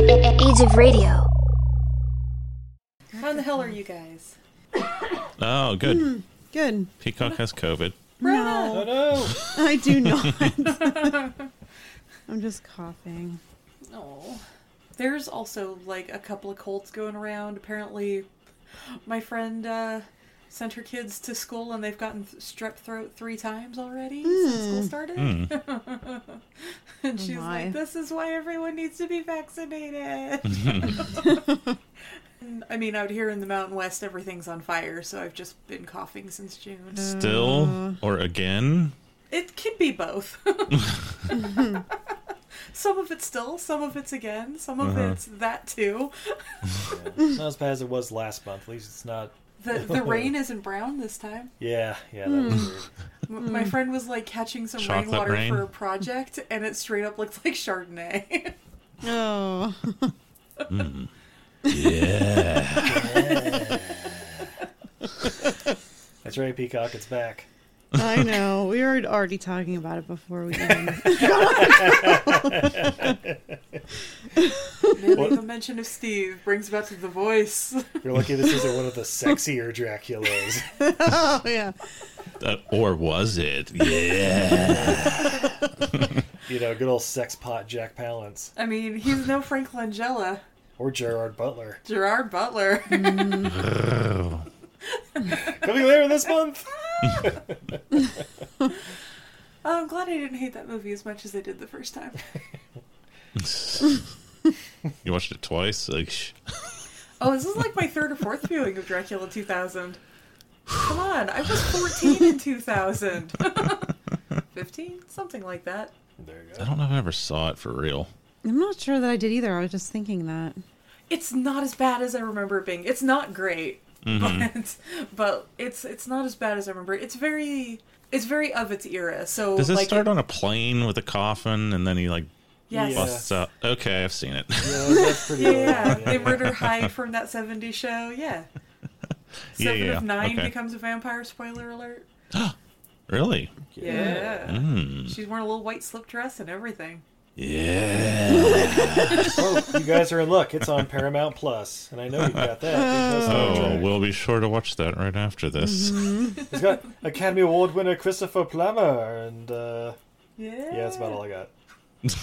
Age of Radio. How in the hell are you guys? Oh, good. Good. Peacock has COVID. No, I do not. I'm just coughing. Oh. There's also like a couple of colds going around. Apparently, my friend uh, sent her kids to school and they've gotten th- strep throat three times already since school started. and she's my. like, this is why everyone needs to be vaccinated. And, I mean, out here in the Mountain West, everything's on fire, so I've just been coughing since June. Still or again? It can be both. some of it's still, some of it's again, some of it's that too. It's not as bad as it was last month. At least it's not. The the rain isn't brown this time. Yeah, yeah, that was weird. M- My friend was like catching some Chocolate rainwater rain. for a project, and it straight up looks like Chardonnay. Oh, That's right, Peacock. It's back. I know. We were already talking about it before we even. Merely the mention of Steve brings back the voice. You're lucky this isn't one of the sexier Draculas. oh, yeah. Uh, or was it? Yeah. You know, good old sex pot Jack Palance I mean, he's no Frank Langella, or Gerard Butler. Gerard Butler. Coming later this month. Oh, I'm glad I didn't hate that movie as much as I did the first time. you watched it twice? Like, sh- Oh, this is like my third or fourth viewing of Dracula 2000. Come on, I was 14 in 2000. 15? Something like that. There you I go. don't know if I ever saw it for real. I'm not sure that I did either. I was just thinking that. It's not as bad as I remember it being. It's not great, but Mm-hmm. but it's it's not as bad as I remember. it. It's very it's very of its era. So Does it like start on a plane with a coffin and then he like yes. Yeah. busts out? Okay, I've seen it. Yeah, that's pretty Yeah, old. yeah, Yeah. they murder Hyde from that 70s show. Yeah. Yeah, Seven yeah, of Nine okay. becomes a vampire, spoiler alert. really? Yeah. Mm. She's wearing a little white slip dress and everything. Yeah. Oh, you guys are in luck. It's on Paramount Plus, and I know you've got that. because Star Oh, Trek. we'll be sure to watch that right after this. It's got Academy Award winner Christopher Plummer, and uh, Yeah. yeah, that's about all I got.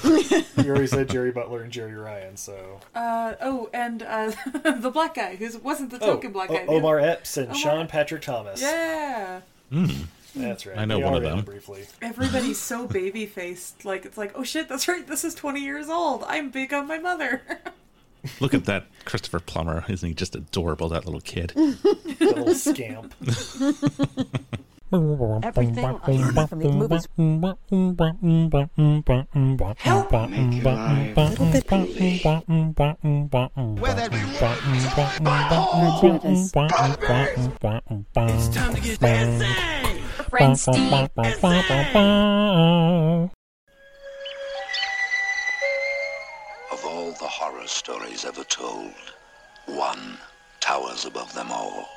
you already said Jerry Butler and Jerry Ryan, so Uh, oh, and uh, the black guy who wasn't the token black oh, guy. the O- other- Omar Epps and Sean Patrick Thomas. Yeah. That's right. I know They one are of in them. briefly. Everybody's so baby faced. Like, it's like, oh shit, that's right. This is 20 years old. I'm big on my mother. Look at that Christopher Plummer. Isn't he just adorable, that little kid? The little scamp. Everything I learned from these movies Help make it live. It's time to get dancing. friend Steve is Of all the horror stories ever told, one towers above them all.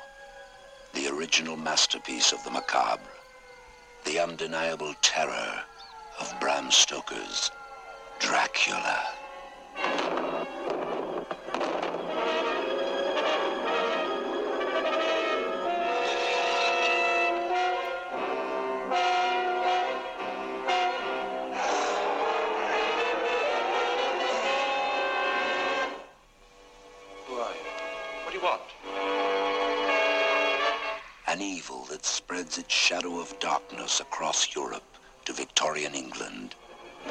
The original masterpiece of the macabre. The undeniable terror of Bram Stoker's Dracula. Who are you? What do you want? An evil that spreads its shadow of darkness across Europe to Victorian England. A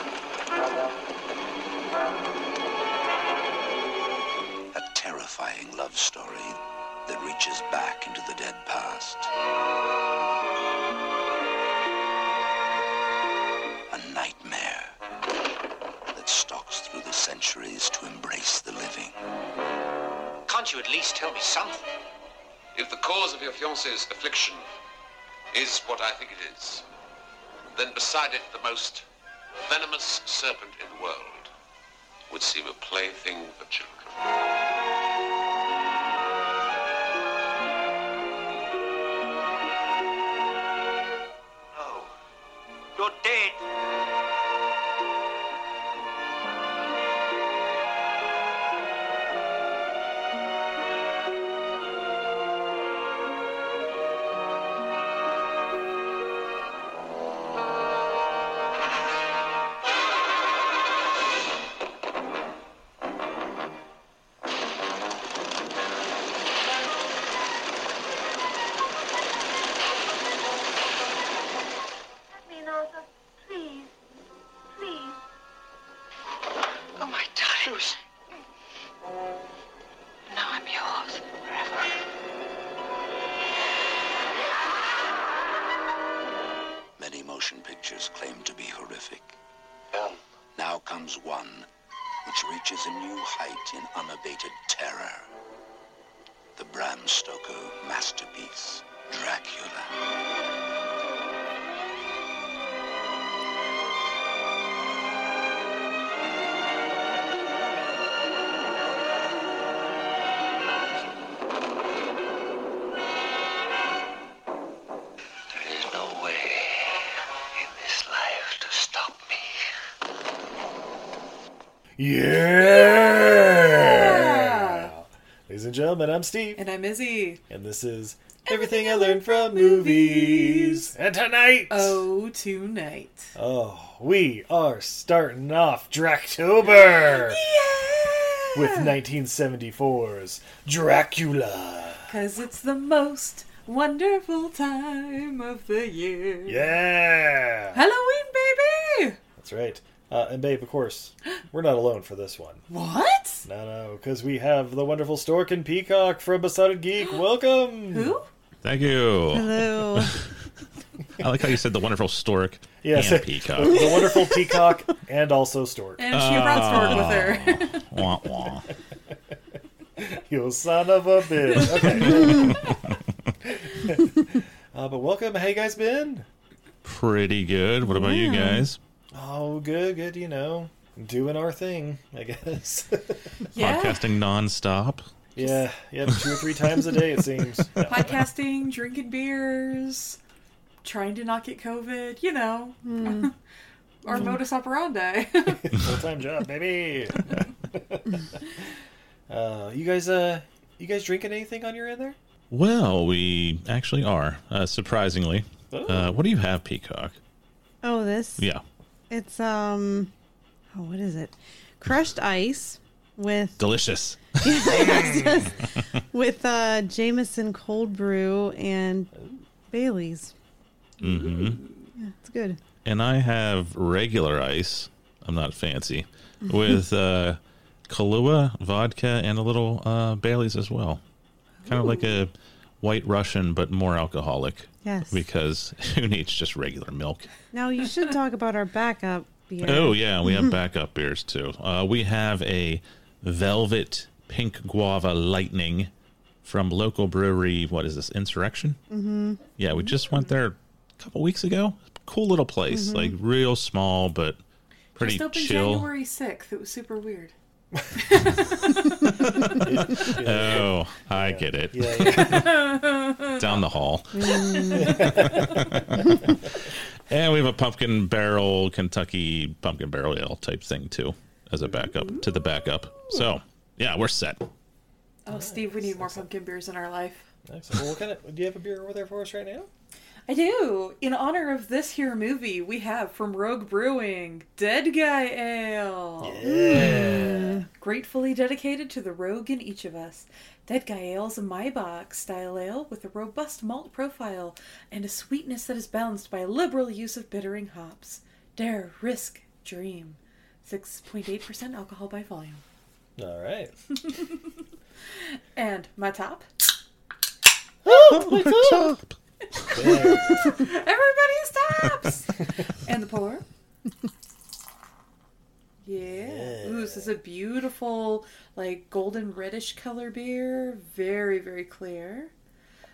terrifying love story that reaches back into the dead past. A nightmare that stocks through the centuries to embrace the living. Can't you at least tell me something? If the cause of your fiancé's affliction is what I think it is, then beside it the most venomous serpent in the world would seem a plaything for children. No. Oh, You're dead. Kathleen Arthur, please, please. Oh, my darling. Now I'm yours forever. Many motion pictures claim to be horrific. Um, Now comes one which reaches a new height in unabated terror. The Bram Stoker masterpiece, Dracula. There is no way in this life to stop me. Yeah! Ladies and gentlemen, I'm Steve, And I'm Izzy. and this is Everything I Learned from Movies. And tonight, Oh, tonight. Oh, we are starting off Dractober with 1974's Dracula. Because it's the most wonderful time of the year. Yeah! Halloween, baby! That's right. Uh, and babe, of course, we're not alone for this one. What? No, no, because we have the wonderful Stork and Peacock from Besotted Geek. Welcome. Who? Thank you. Hello. I like how you said the wonderful stork Yes. and peacock. The wonderful Peacock and also Stork. And she brought Stork with her. wah, wah. You son of a bitch. Okay. uh, but welcome. How you guys been? Pretty good. What about you guys? Oh, good, good. You know, doing our thing, I guess. yeah. Podcasting nonstop. yeah, yeah, two or three times a day it seems. No. Podcasting, drinking beers, trying to not get COVID, you know. Our modus operandi. Full-time job, baby. uh, you guys, uh, you guys drinking anything on your end there? Well, we actually are, uh, surprisingly. Uh, what do you have, Peacock? oh, this. Yeah. It's um, oh, what is it? Crushed ice with Delicious. with uh Jameson cold brew and Bailey's. Mm-hmm. Yeah, it's good. And I have regular ice. I'm not fancy. With uh, Kahlua, vodka, and a little uh, Bailey's as well. Kind of like a white Russian, but more alcoholic. Yes. Because who needs just regular milk? Now you should talk about our backup beer. Oh yeah, we have backup beers too. Uh, we have a Velvet Pink Guava Lightning from local brewery. What is this? Insurrection. Mm-hmm. Yeah, we just went there a couple weeks ago. Cool little place, like real small but pretty Just opened chill. January 6th. It was super weird. Oh, I get it. Yeah, yeah. Down the hall. Mm. and we have a pumpkin barrel, Kentucky pumpkin barrel ale type thing too, as a backup to the backup. So yeah, we're set. Oh, Steve, we need more pumpkin beers in our life. Excellent. Well, what kind of, do you have a beer over there for us right now? I do. In honor of this here movie, we have from Rogue Brewing Dead Guy Ale. Mm. Gratefully dedicated to the rogue in each of us. Dead Guy Ale is a Maybach style ale with a robust malt profile and a sweetness that is balanced by liberal use of bittering hops. Dare, risk, dream. 6.8% alcohol by volume. All right. And my top. Everybody stops! and the pour. Yeah. Ooh, this is a beautiful, like golden reddish color beer. Very, very clear.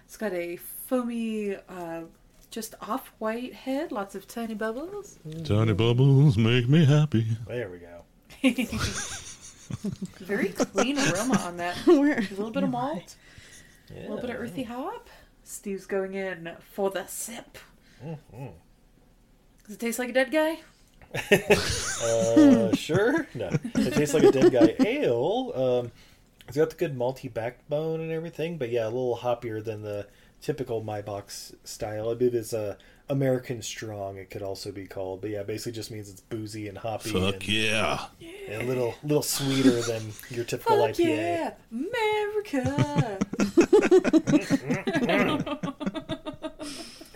It's got a foamy, uh, just off white head, lots of tiny bubbles. Tiny bubbles make me happy. There we go. Very clean aroma on that. Where- a little bit of malt, Yeah. a little bit of earthy hop. Steve's going in for the sip. Does it taste like a dead guy? Uh, sure. No, it tastes like a dead guy ale. Um, it's got the good malty backbone and everything, but yeah, a little hoppier than the typical My Box style. I believe it's uh, American Strong. It could also be called, but yeah, basically just means it's boozy and hoppy Fuck and, yeah. and a little little sweeter than your typical Fuck IPA. yeah, America!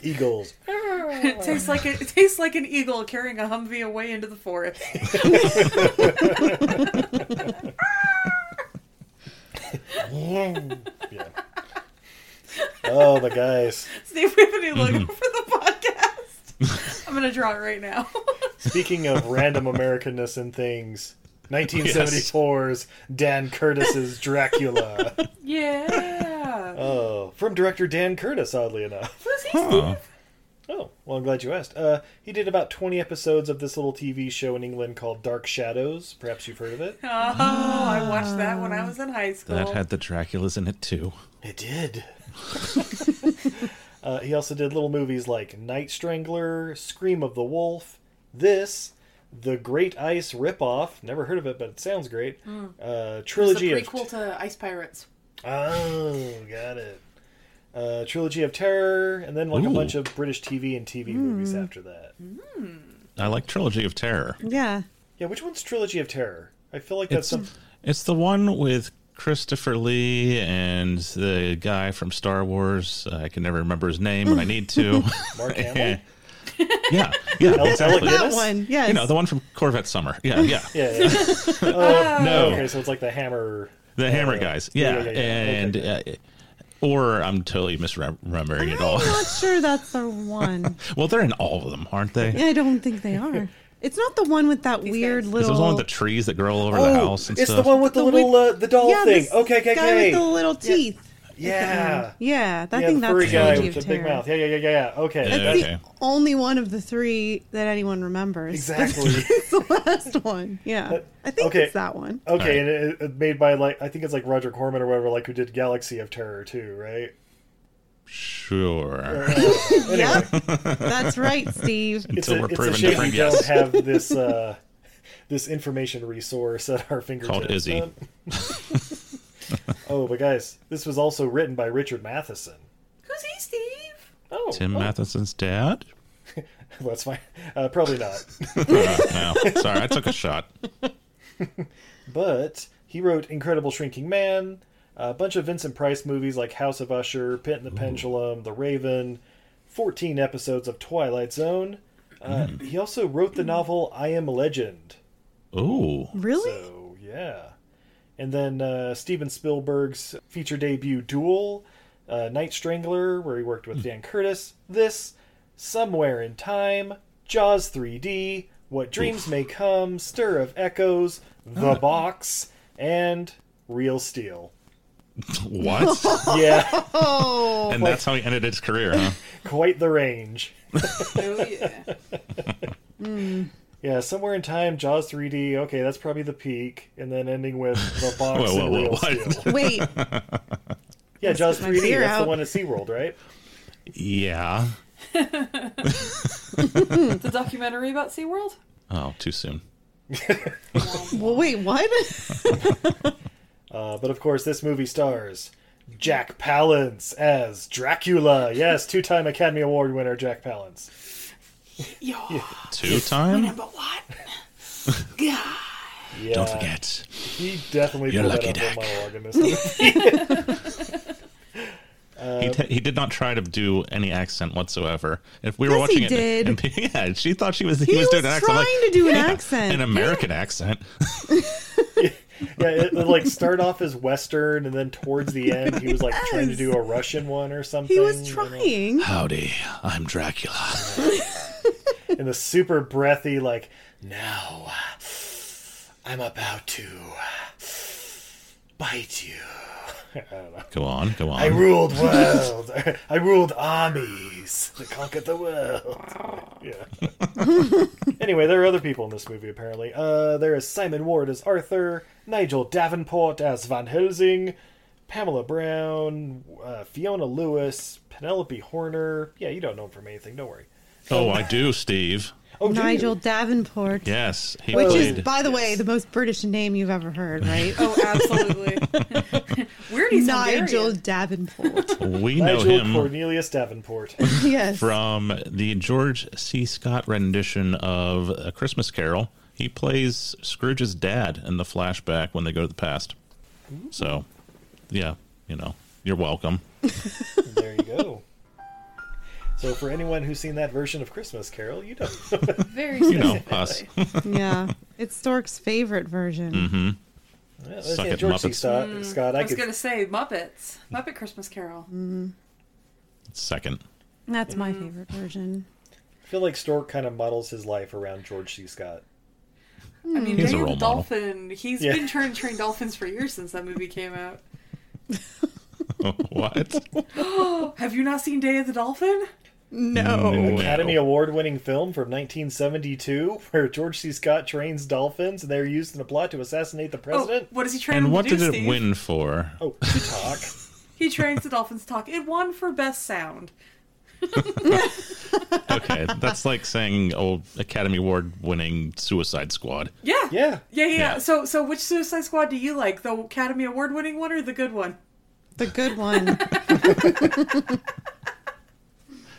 Eagles. it tastes like a, it tastes like an eagle carrying a Humvee away into the forest. Yeah. oh, the guys. Steve, we have a new logo for the podcast. I'm gonna draw it right now. Speaking of random Americanness and things, 1974's Dan Curtis's Dracula. yeah. Oh, from director Dan Curtis, oddly enough. Who's he? Steve? Oh, well, I'm glad you asked. Uh, he did about 20 episodes of this little TV show in England called Dark Shadows. Perhaps you've heard of it. Oh, I watched that when I was in high school. That had the Draculas in it too. It did. uh, he also did little movies like Night Strangler, Scream of the Wolf, this, The Great Ice Ripoff. Never heard of it, but it sounds great. Hmm. Uh, It's trilogy the of prequel to Ice Pirates. Oh, got it. Uh, Trilogy of Terror, and then like a Ooh. bunch of British TV and TV Hmm. movies after that. I like Trilogy of Terror. Yeah. Yeah, which one's Trilogy of Terror? I feel like that's some. It's the one with Christopher Lee and the guy from Star Wars. I can never remember his name when I need to. Mark yeah, Hamill? yeah, exactly. Ella That Guinness? one. Yes. You know, the one from Corvette Summer. Yeah, yeah. Yeah. yeah. oh, Ah. No. Okay, so it's like the Hammer. The Hammer Guys. yeah, Yeah. yeah, yeah. And, uh, or I'm totally misremembering it all. I'm not sure that's the one. well, they're in all of them, aren't they? I don't think they are. It's not the one with that weird Is little. there the one with the trees that grow all over the house and Oh, it's stuff? the one with the, The little wig- uh, the doll yeah, thing. this Okay, okay, guy okay. with the little teeth. yeah. Yeah, I Yeah, think the that's furry guy Trilogy with the of big Terror. mouth. Yeah, yeah, yeah, yeah. yeah. Okay. Yeah. That's Okay. the only one of the three that anyone remembers. Exactly. It's the last one. Yeah, I think okay. Oh, it's that one. okay, and it, it made by like I think it's like Roger Corman or whatever, like who did Galaxy of Terror too, right? Sure. Yep, that's right, Steve. It's Until a, we're it's a proven shame different, we yes. don't have this uh, this information resource at our fingertips. Izzy. Um, oh, but guys, this was also written by Richard Matheson. Who's he, Steve? Oh, Tim oh, Matheson's dad? that's fine. Uh, probably not. Uh, no. Sorry, I took a shot. but he wrote Incredible Shrinking Man, a bunch of Vincent Price movies like House of Usher, Pit and the Pendulum, The Raven, 14 episodes of Twilight Zone. Uh, Mm. He also wrote the novel I Am Legend. Ooh. Really? So, Oh, yeah. And then uh, Steven Spielberg's feature debut, Duel, uh, Night Strangler, where he worked Hmm. with Dan Curtis, this, Somewhere in Time, Jaws 3D, What Dreams May Come, Stir of Echoes, The Box, and Real Steel. What? Yeah, Oh, and that's how he ended his career, huh? quite the range. Oh yeah. Hmm. Yeah, Somewhere in Time, Jaws 3D, okay, that's probably the peak. And then ending with The Box Whoa, whoa, and whoa, Real what? Steel. wait. Yeah, Jaws my 3D, beer that's the out. one at SeaWorld, right? Yeah. The documentary about SeaWorld? Oh, too soon. Well, wait. What? Uh, but of course, this movie stars Jack Palance as Dracula. Yes, two time Academy Award winner Jack Palance. Yo, Two time? but what? Yeah, Don't forget. He definitely You're pulled lucky, that up Dak. in monologue in this movie. Uh, he, t- he did not try to do any accent whatsoever. If we were Yes, he watching it, did. and- yeah, she thought she was he, He was doing was an accent. I'm trying to do an "Yeah, accent." an American accent. yeah, it, it, like start off as Western, and then towards the end, he was like trying to Yes. do a Russian one or something. He was you know? trying. Howdy, I'm Dracula. and the super breathy, like now I'm about to bite you. I don't know. Go on, go on. I ruled world. I ruled armies that conquered the world. Yeah. anyway, there are other people in this movie, apparently. Uh, there is Simon Ward as Arthur, Nigel Davenport as Van Helsing, Pamela Brown, uh, Fiona Lewis, Penelope Horner. Yeah, you don't know him from anything, don't worry. Oh, I do, Steve. Oh, do you? Nigel Davenport. Yes, he Which played. is, by the way, the most British name you've ever heard, right? Oh, absolutely. Weird he's Nigel Nigel. Davenport. we know Nigel him Cornelius Davenport. yes. from the George C. Scott rendition of A Christmas Carol. He plays Scrooge's dad in the flashback when they go to the past. So, yeah, you know, you're welcome. there you go. So, for anyone who's seen that version of Christmas Carol, you don't. Very Hmm. You know, us. yeah. It's Stork's favorite version. Mm-hmm. Yeah, Suck yeah, it, George C. Muppets. Scott, Scott, Hmm. I I was could gonna say Muppets, Muppet Christmas Carol. Second. That's my favorite version. feel like Stork kind of models his life around George C. Scott. I He's mean, a Danny the role model. Dolphin. He's Yeah. been trying to train dolphins for years since that movie came out. what? Have you not seen Day of the Dolphin? No. Academy Award winning film from 1972 where George C. Scott trains dolphins and they're used in a plot to assassinate the Oh, president. what does he train? And them what to do, did it Steve? win for? Oh, to talk. He trains the dolphins to talk. It won for best sound. Okay, that's like saying old Academy Award winning Suicide Squad. Yeah. Yeah. Yeah, yeah, Yeah. So, so which Suicide Squad do you like? The Academy Award winning one or the good one? The good one.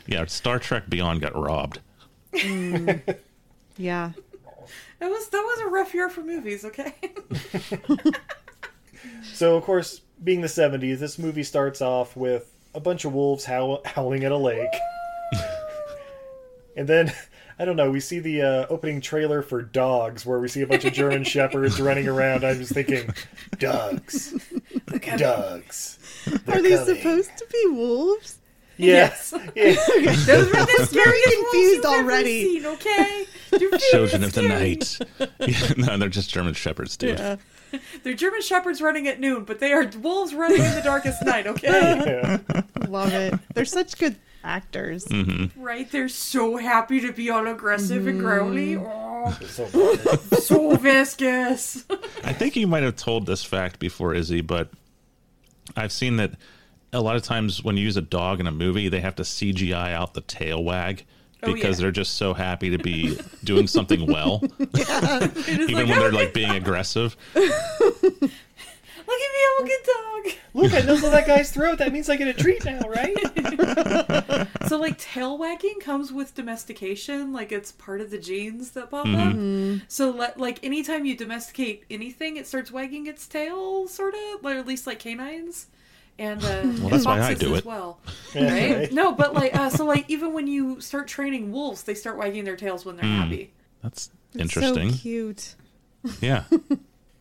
Yeah, Star Trek Beyond got robbed. yeah. That was that was a rough year for movies. Okay. So, of course, being the 70s, this movie starts off with a bunch of wolves howl- howling at a lake. and then, I don't know, we see the uh, opening trailer for Dogs where we see a bunch of German shepherds running around. I was thinking, dogs. Dogs. Are they coming. supposed to be wolves? Yes. yes. Those were the scariest confused confused already. already. Seen, okay. They're very Children of the scary. Night. Yeah, no, they're just German shepherds, dude. They're German shepherds running at noon, but they are wolves running in the darkest night. Okay. Love it. They're such good actors. Right? They're so happy to be all aggressive and growly. Oh, So bad. so viscous. I think you might have told this fact before, Izzy, but I've seen that a lot of times when you use a dog in a movie, they have to CGI out the tail wag Oh, because yeah. they're just so happy to be doing something well, It is even like, when oh, they're like being aggressive. look at me, I'm a good dog. Look, I nuzzled that guy's throat. That means I get a treat now, right? So, like, tail wagging comes with domestication. Like, it's part of the genes that pop Mm-hmm. up. So, le- like, anytime you domesticate anything, it starts wagging its tail, sort of, or at least like canines. And uh, and that's why I foxes do as it. well, right? No, but like, uh, so like, even when you start training wolves, they start wagging their tails when they're Mm. happy. That's So interesting. cute. yeah.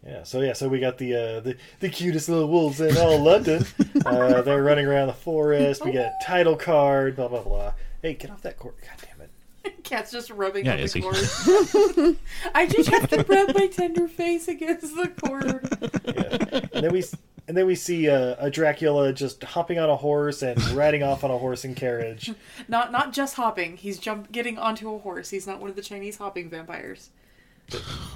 Yeah. So yeah. So we got the uh, the the cutest little wolves in all London. Uh, they're running around the forest. We get Oh. a title card. Blah blah blah. Hey, get off that court! God damn it! Cat's just rubbing Yeah, on is the he? cord. I just have to rub my tender face against the cord. And then we and then we see uh, a Dracula just hopping on a horse and riding off on a horse and carriage. Not not just hopping. He's jump getting onto a horse. He's not one of the Chinese hopping vampires.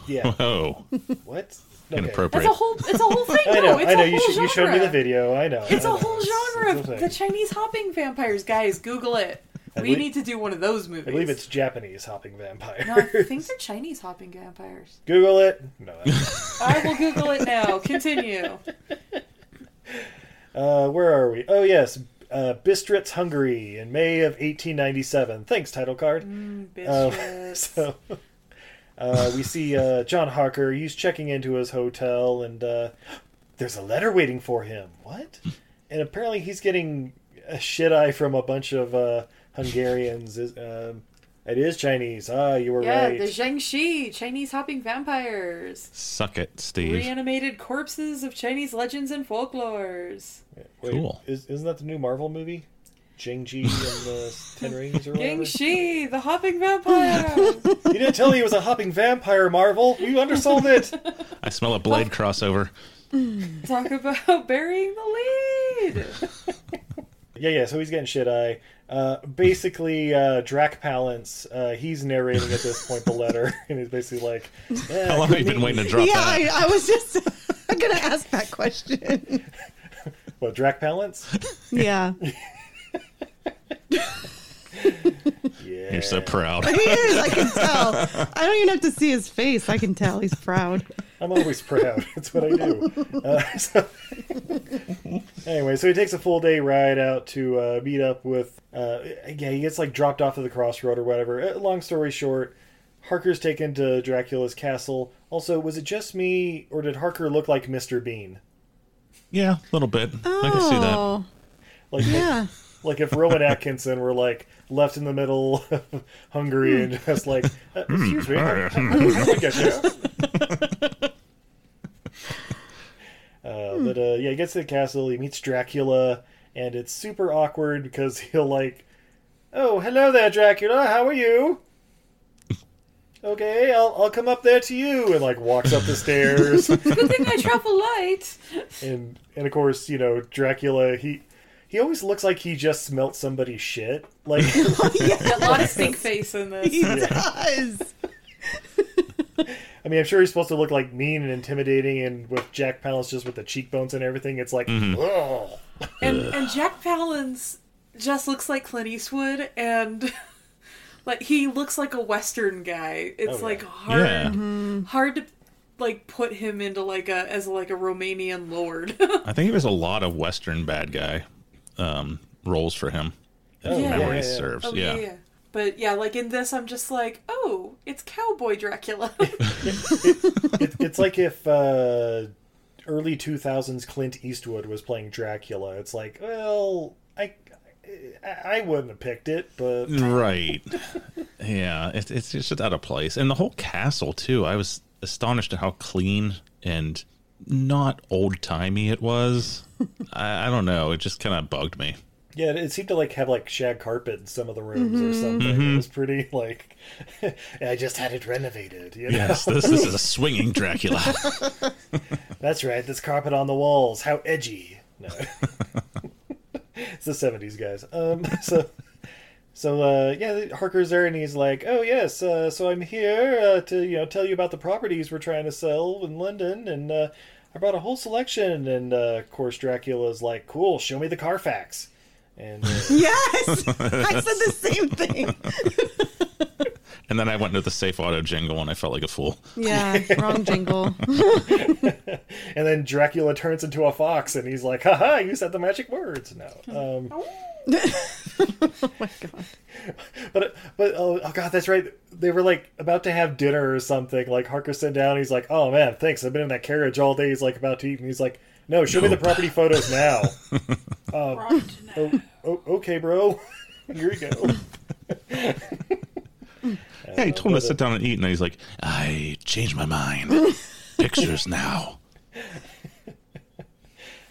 Yeah. Oh, What? inappropriate. That's a whole it's a whole thing. I no, know. it's I know. a You, whole sh- you showed me the genre. video. I know. It's I a know. whole It's- genre it's a of the thing. Chinese hopping vampires. Guys, Google it. We believe- need to do one of those movies. I believe it's Japanese hopping vampire. No, I think they're Chinese hopping vampires. Google it. No. that's- I will Google it now. Continue. Oh, Uh, where are we? Oh yes, uh, Bistritz, Hungary, in May of 1897. Thanks, title card. Mm, Uh, Bitches. so uh, we see uh, John Harker. He's checking into his hotel, and uh, there's a letter waiting for him. What? And apparently he's getting a shit eye from a bunch of uh, Hungarians. Is- Um, it is Chinese. Ah, you were yeah, right. the Zhengxi, Chinese hopping vampires. Suck it, Steve. Reanimated corpses of Chinese legends and folklores. Wait, Cool. Is, isn't that the new Marvel movie? Jingji and the Ten Rings or whatever. Ying Shi, the hopping vampire. You didn't tell me he was a hopping vampire, Marvel. You undersold it. I smell a blade Oh. crossover. Talk about burying the lead. Yeah, yeah. So he's getting shit eye. Uh, basically, uh, Drac Palance, uh, he's narrating at this point the letter, and he's basically like, "Eh, How long have you been waiting to drop yeah, that? I, I was just I'm gonna ask that question. "What Drac Palance? yeah, Yeah, You're so proud. he is. I can tell. I don't even have to see his face. I can tell he's proud. I'm always proud. That's what I do." Uh, so anyway, so he takes a full day ride out to uh, meet up with. Uh, yeah, he gets like dropped off at the crossroad or whatever. Uh, long story short, Harker's taken to Dracula's castle. Also, was it just me, or did Harker look like Mr. Bean? Yeah, a little bit. I can see that. Oh, Like, yeah. Like if Rowan Atkinson were like left in the middle of Hungary and just like, uh, excuse me, I, I, Oh. I think I should." Uh, but uh, yeah, he gets to the castle. He meets Dracula, and it's super awkward because he'll like, "Oh, hello there, Dracula. How are you?" Okay, I'll I'll come up there to you, and like walks up the stairs. Good thing I travel light. and and of course you know Dracula he he always looks like he just smelt somebody's shit like A lot of stink face in He this. does. I mean I'm sure he's supposed to look like mean and intimidating and with Jack Palance just with the cheekbones and everything it's like "Ugh." And and Jack Palance just looks like Clint Eastwood and like he looks like a western guy. It's Oh, yeah. like hard Yeah. hard to like put him into like a as like a Romanian lord. I think it was a lot of Western bad guy um, roles for him. If Oh, yeah, memory yeah, yeah. serves. Oh, yeah. But yeah, like in this, I'm just like, oh, it's Cowboy Dracula. it, it's like if uh early 2000s Clint Eastwood was playing Dracula it's like well I I- I wouldn't have picked it but Mm. Right. yeah. It's it's just out of place. And the whole castle too. I was astonished at how clean and not old timey it was. I, I don't know. It just kind of bugged me. Yeah, it- it seemed to like have like shag carpet in some of the rooms or something. It was pretty like I just had it renovated. You know? Yes, this this is a swinging Dracula. That's right. This carpet on the walls. How edgy. No. it's the 70s, guys. Um so so uh yeah, Harker's there and he's like, "Oh yes, uh, so I'm here uh, to you know tell you about the properties we're trying to sell in London and uh I brought a whole selection and uh, of course Dracula's like, "Cool, show me the Carfax." And uh, Yes, I said the same thing. and then I went into the safe auto jingle and I felt like a fool. Yeah, wrong jingle. And then Dracula turns into a fox and he's like, haha, you said the magic words. No. Um, Oh my god. but, but oh, oh, God, that's right. They were like about to have dinner or something. Like Harker sat down. He's like, oh, man, thanks. I've been in that carriage all day. He's like about to eat. And he's like, no, show me the Nope. property photos now. um, oh, oh, okay, bro. Here you go. Yeah, he told him to sit down and eat, and he's like, "I changed my mind. Pictures now."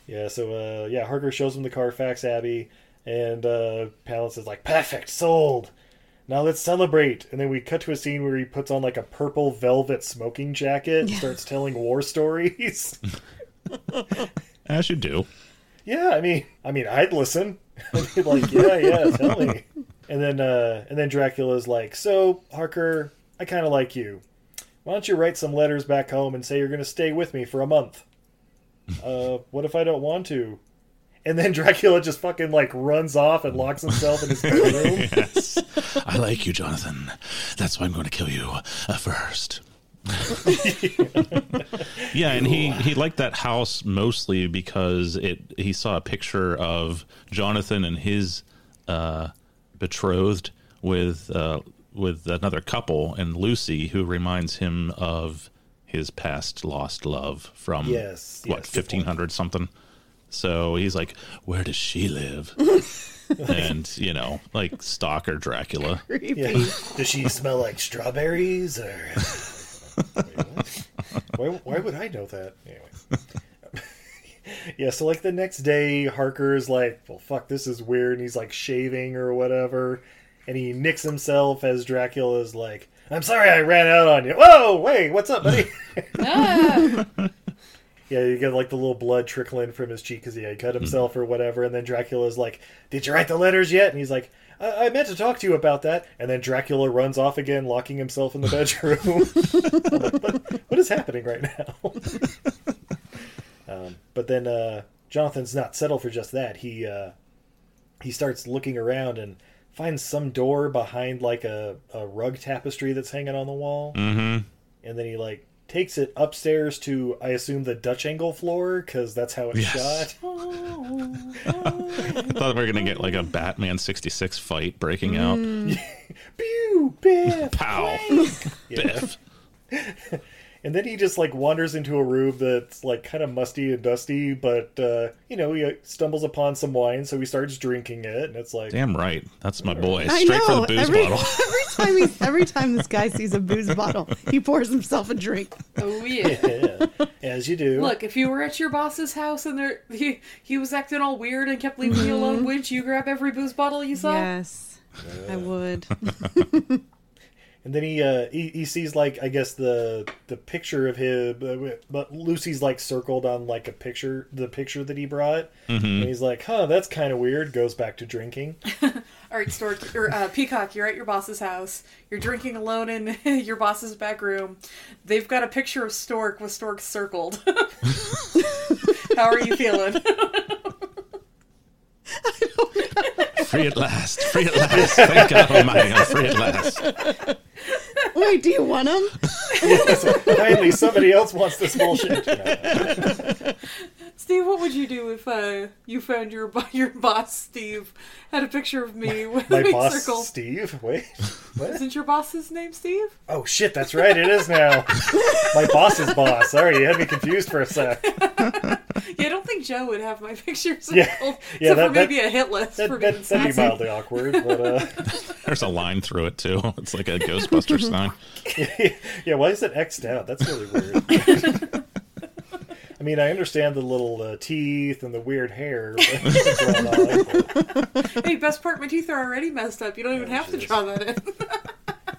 Yeah, so uh, yeah, Harker shows him the Carfax Abbey, and uh, Palance is like, "Perfect, sold." Now let's celebrate. And then we cut to a scene where he puts on like a purple velvet smoking jacket and starts telling war stories. As you do. yeah, I mean, I mean, I'd listen. I'd be like, yeah, yeah, tell me. And then, uh, and then Dracula's like, "So Harker, I kind of like you. Why don't you write some letters back home and say you're going to stay with me for a month?" uh, what if I don't want to? And then Dracula just fucking like runs off and locks himself in his bedroom. Yes. I like you, Jonathan. That's why I'm going to kill you uh, first. yeah, and he he liked that house mostly because it he saw a picture of Jonathan and his uh, betrothed with uh, with another couple and Lucy, who reminds him of his past lost love from Yes, yes, good what point. fifteen hundred something. So he's like, "Where does she live?" and you know, like stalker Dracula. Creepy. Yeah. Does she smell like strawberries or? Wait, what? why, why would I know that? Anyway. Yeah, so like the next day, Harker's like, well, fuck, this is weird. And he's like shaving or whatever. And he nicks himself as Dracula's like, I'm sorry I ran out on you. Whoa, wait, what's up, buddy? yeah, you get like the little blood trickling from his cheek because he had cut himself or whatever. And then Dracula's like, Did you write the letters yet? And he's like, I-, I meant to talk to you about that. And then Dracula runs off again, locking himself in the bedroom. I'm like, what, what is happening right now? Um, but then uh, Jonathan's not settled for just that. He uh, he starts looking around and finds some door behind like a, a rug tapestry that's hanging on the wall, Mm-hmm. and then he like takes it upstairs to I assume the Dutch angle floor because that's how it's Yes. shot. I thought we were gonna get like a Batman '66 fight breaking out. Pew, biff. Pow! Yeah. Biff. And then he just like wanders into a room that's like kind of musty and dusty, but uh, you know he uh, stumbles upon some wine, so he starts drinking it, and it's like Damn right, that's my boy. I Straight know. for the booze every, bottle. every time he's, every time this guy sees a booze bottle, he pours himself a drink. Oh yeah. yeah, as you do. Look, if you were at your boss's house and there he, he was acting all weird and kept leaving you alone, would you grab every booze bottle you saw? Yes, I would. And then he, uh, he he sees like I guess the the picture of him, uh, but Lucy's like circled on like a picture, the picture that he brought, Mm-hmm. and he's like, "Huh, that's kind of weird." Goes back to drinking. All right, Stork or uh, Peacock, you're at your boss's house. You're drinking alone in your boss's back room. They've got a picture of Stork with Stork circled. How are you feeling? Free at last. Free at last. Thank God Almighty, I'm free at last. Wait, do you want him? Finally, somebody else wants this bullshit. You know. Steve, what would you do if uh, you found your bo- your boss Steve had a picture of me with a My big boss, circle? Steve. Wait, what? Isn't your boss's name Steve? Oh shit, that's right. It is now. My boss's boss. Sorry, you had me confused for a sec. Yeah, I don't think Joe would have my picture circled. Yeah. Yeah, except that- that- for maybe a hit list That, for being that, that'd be sassy. mildly awkward, but uh, There's a line through it too. It's like a Ghostbuster sign. yeah, why is it X'd out? That's really weird. I mean, I understand the little uh, teeth and the weird hair. but it's a lot of- Hey, best part, my teeth are already messed up. You Oh, don't even have to draw that in.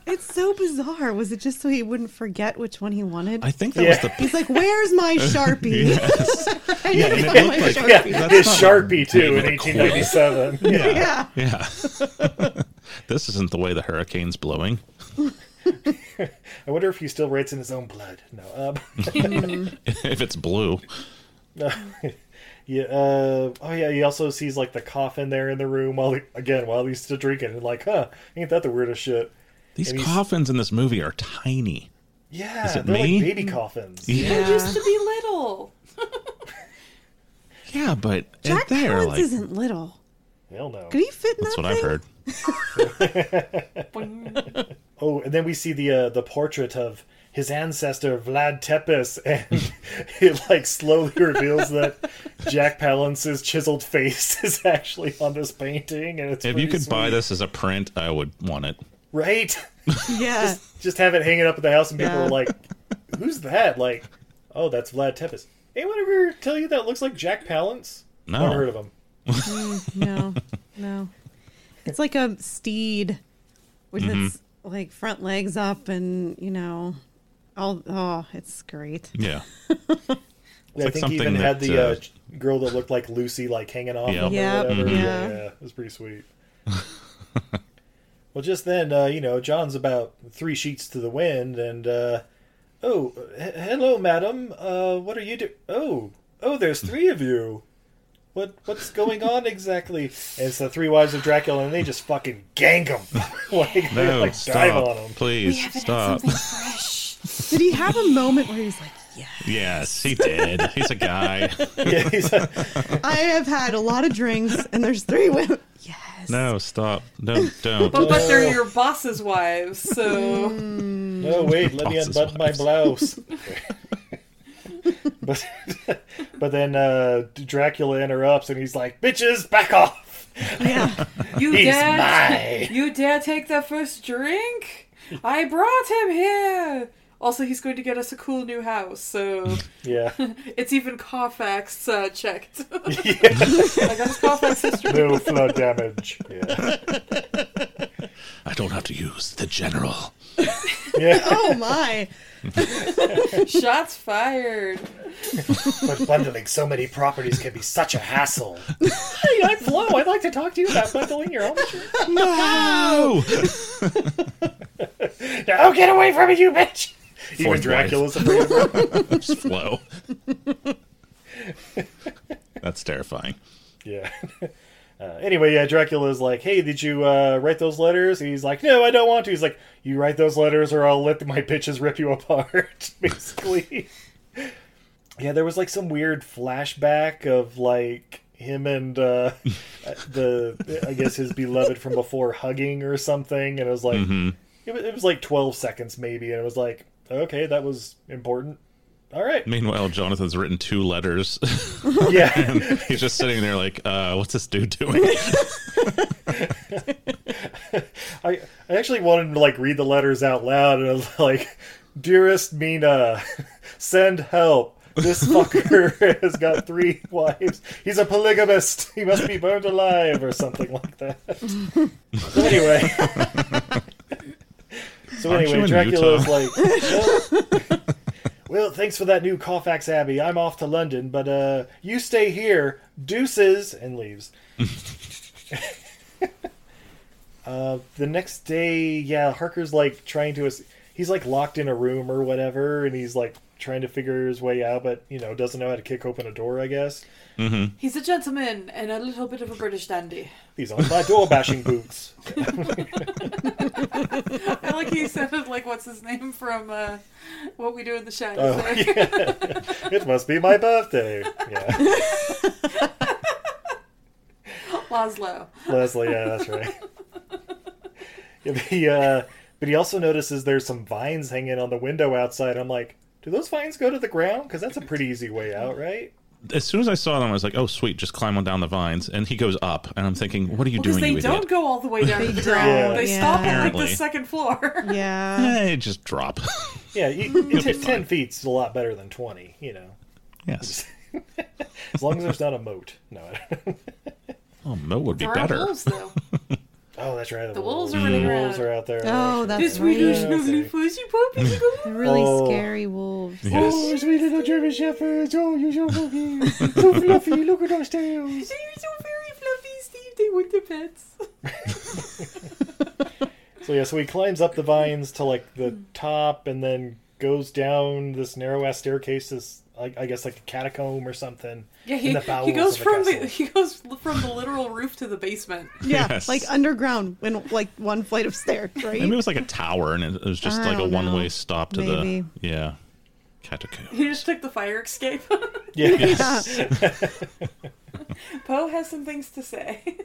It's so bizarre. Was it just so he wouldn't forget which one he wanted? I think that Yeah. was the. He's like, "Where's my sharpie? Yes. I need to and it find my looked like- sharpie." yeah, That's his not Sharpie, too, in David Coyle. 1897. Yeah. Yeah. Yeah. this isn't the way the hurricane's blowing. I wonder if he still writes in his own blood. No. Um, if it's blue. yeah, uh, oh, yeah, he also sees, like, the coffin there in the room, while he, again, while he's still drinking. And, like, huh, ain't that the weirdest shit? These And he's- coffins in this movie are tiny. Yeah, Is it they're me? like baby coffins. Yeah, It used to be little. yeah but Jack they're Palance like. isn't little. Hell no. Could he fit in That's that what I've thing? heard. Boing. Oh, and then we see the uh, the portrait of his ancestor Vlad Tepes, and it like slowly reveals that Jack Palance's chiseled face is actually on this painting, and it's If you pretty could buy sweet. this as a print, I would want it. right? Yeah. Just have it hanging up at the house, and people Yeah. are like, "Who's that?" Like, "Oh, that's Vlad Tepes." Anyone ever tell you that looks like Jack Palance? No. Never heard of him. No, no. It's like a steed with its like front legs up and, you know, all oh, it's great. Yeah. I like think he even something had that, the uh, uh, girl that looked like Lucy, like hanging off Yep. him Yep, or whatever. mhm. Yeah, yeah, it was pretty sweet. well, just then, uh, you know, John's about three sheets to the wind, and uh, oh, h- hello, madam. Uh, what are you do? Oh, oh, there's three of you. What what's going on exactly? And it's the three wives of Dracula, and they just fucking gang him. like, they, No, like dive on stop. him. Please, stop. Did he have a moment where he's like, Yeah, Yes, he did. He's a guy. Yeah, he's like, I have had a lot of drinks and there's three women. Yes. No, stop. No, don't. Oh. But, but they're your boss's wives, so No, Oh, wait, let me Boss's unbutton my wives. blouse. but, but then uh, Dracula interrupts and he's like, bitches, back off! Yeah. you He's dare mine! you dare take the first drink? I brought him here. Also, he's going to get us a cool new house, so Yeah. it's even Carfax uh, checked. yeah. I got his Carfax history. No flood damage. Yeah. I don't have to use the general. yeah. Oh my! Shots fired. But bundling so many properties can be such a hassle. hey, I'm Flo. I'd like to talk to you about bundling your home insurance. No! No, get away from me, you bitch! Even Fourth Dracula's afraid of her. Just flow. That's terrifying. Yeah. Uh, anyway, yeah, Dracula's like, hey, did you uh, write those letters? And he's like, no, I don't want to. He's like, you write those letters or I'll let my bitches rip you apart, basically. yeah, there was like some weird flashback of like him and uh, the, I guess his beloved from before hugging or something. And it was like, it, was, it was like 12 seconds maybe. And it was like, okay, that was important. All right. Meanwhile, Jonathan's written two letters. Yeah. He's just sitting there like, uh, what's this dude doing? I, I actually wanted to like read the letters out loud and I was like, "Dearest Mina, send help. This fucker has got three wives. He's a polygamist. He must be burned alive or something like that." so anyway, so Aren't you anyway, in Dracula's Utah? like, "Well, "Well, thanks for that new Colfax Abbey. I'm off to London, but uh, you stay here. Deuces," and leaves. the next day, yeah, Harker's like trying to. es- He's like locked in a room or whatever, and he's like trying to figure his way out, but you know doesn't know how to kick open a door. I guess He's a gentleman and a little bit of a British dandy. these are my door bashing boots. I like he sounded like what's his name from uh, What We Do in the Shadows. Oh, yeah. it must be my birthday. Yeah, Laszlo. Leslie. Yeah, that's right. Yeah, but he, uh, but he also notices there's some vines hanging on the window outside. I'm like, do those vines go to the ground? Because that's a pretty easy way out, right? as soon as I saw them, I was like, oh, sweet, just climb on down the vines. And he goes up, and I'm thinking, what are you Because doing, they you don't idiot? go all the way down to the ground. Yeah. They stop at like the Apparently. second floor. Yeah. Eh, just drop. Yeah, you, t- ten feet's a lot better than twenty. You know. yes. As long as there's not a moat. No. I don't- Oh, Mo would be There are better. wolves though. oh, that's right. The wolves are the running wolves around. are out there. Oh, that's This right. Swedish Yeah, lovely okay. fuzzy puppy. They're really Oh. scary wolves. Yes. Oh, sweet little German shepherds! Oh, you're so fluffy, so fluffy. Look at those tails. They're so very fluffy, Steve. They want the pets. So yeah, so he climbs up the vines to like the top, and then goes down this narrow ass staircase. This, I, I guess, like a catacomb or something. Yeah, in he, the bowels he goes of a from the castle. he goes from the literal roof to the basement. Yeah, Yes. like underground in like one flight of stairs, right? Maybe it was like a tower, and it was just I like a don't know. one way stop to Maybe. the. Yeah. Catacomb. He just took the fire escape. Yeah. Poe has some things to say.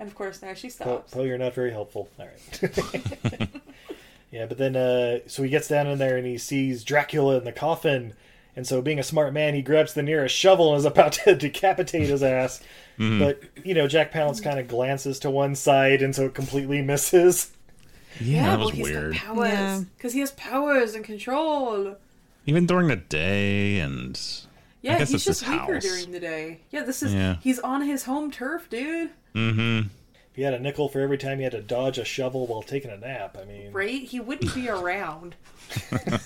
And of course now she Poe, stops. Poe, Oh, you're not very helpful. All right. yeah, but then uh, so he gets down in there and he sees Dracula in the coffin, and so being a smart man, he grabs the nearest shovel and is about to decapitate his ass. But you know, Jack Palance kind of glances to one side, and so it completely misses. Yeah, that was well, he's weird. got powers Yeah. because he has powers and control. Even during the day, and. I Yeah, guess he's it's his just weaker house. during the day. Yeah, this is Yeah. he's on his home turf, dude. If he had a nickel for every time he had to dodge a shovel while taking a nap, I mean, Right? He wouldn't be around.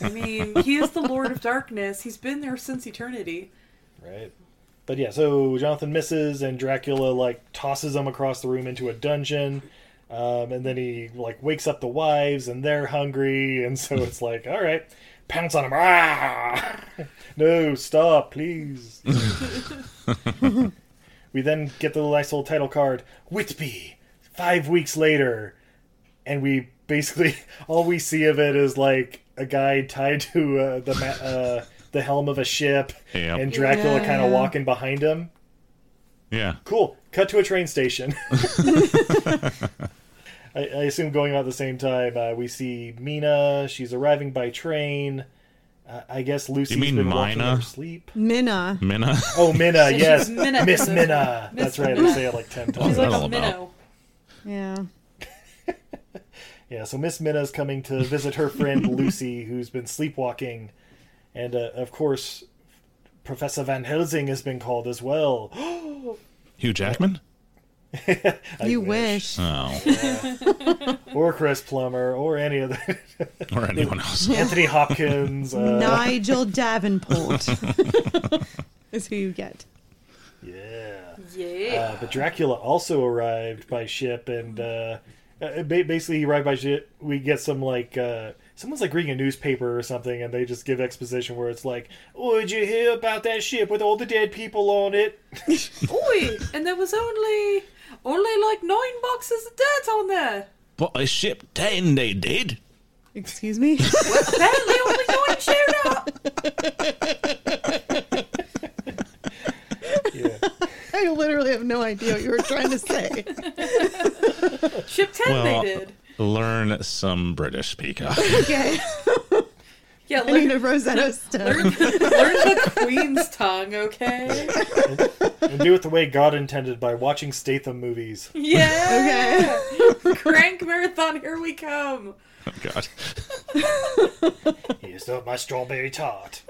I mean, he is the Lord of Darkness. He's been there since eternity. right? But yeah, so Jonathan misses, and Dracula like tosses him across the room into a dungeon, um, and then he like wakes up the wives, and they're hungry, and so it's like, all right, pounce on him! Ah! no, stop, please. we then get the nice little title card, Whitby. Five weeks later, and we basically all we see of it is like a guy tied to uh, the ma- uh, the helm of a ship, Yep. and Dracula Yeah. kind of walking behind him. Yeah. Cool. Cut to a train station. I, I assume going out at the same time, uh, we see Mina. She's arriving by train. Uh, I guess Lucy's mean been walking in Mina? her sleep. Minna. Minna. Oh, Minna, yes, Minna. Miss Minna. Miss That's right. I Minna. say it like ten What's times. He's that like all a about? minnow. Yeah. Yeah, so Miss Minna's coming to visit her friend Lucy, who's been sleepwalking. And uh, of course, Professor Van Helsing has been called as well. Hugh Jackman? you wish. Oh, or Chris Plummer, or any of the or anyone else. Anthony Hopkins. Uh, Nigel Davenport is who you get. Yeah. Yeah. Uh, but Dracula also arrived by ship, and uh, uh, ba- basically he arrived by ship. We get some like uh, someone's like reading a newspaper or something, and they just give exposition where it's like, "Oh, did you hear about that ship with all the dead people on it?" Uh. Oi! And there was only only like nine boxes of dirt on there. But I shipped 10, they did. Excuse me? Apparently only nine showed up. Yeah. I literally have no idea what you were trying to say. Ship ten Well, they did. learn some British peacock. Oh, Okay. Yeah, I need learn, a Rosetta Stone. learn, learn the Queen's tongue, okay? and do it the way God intended by watching Statham movies. Yeah. Okay. Crank marathon, here we come. Oh, God. Here's not my strawberry tart.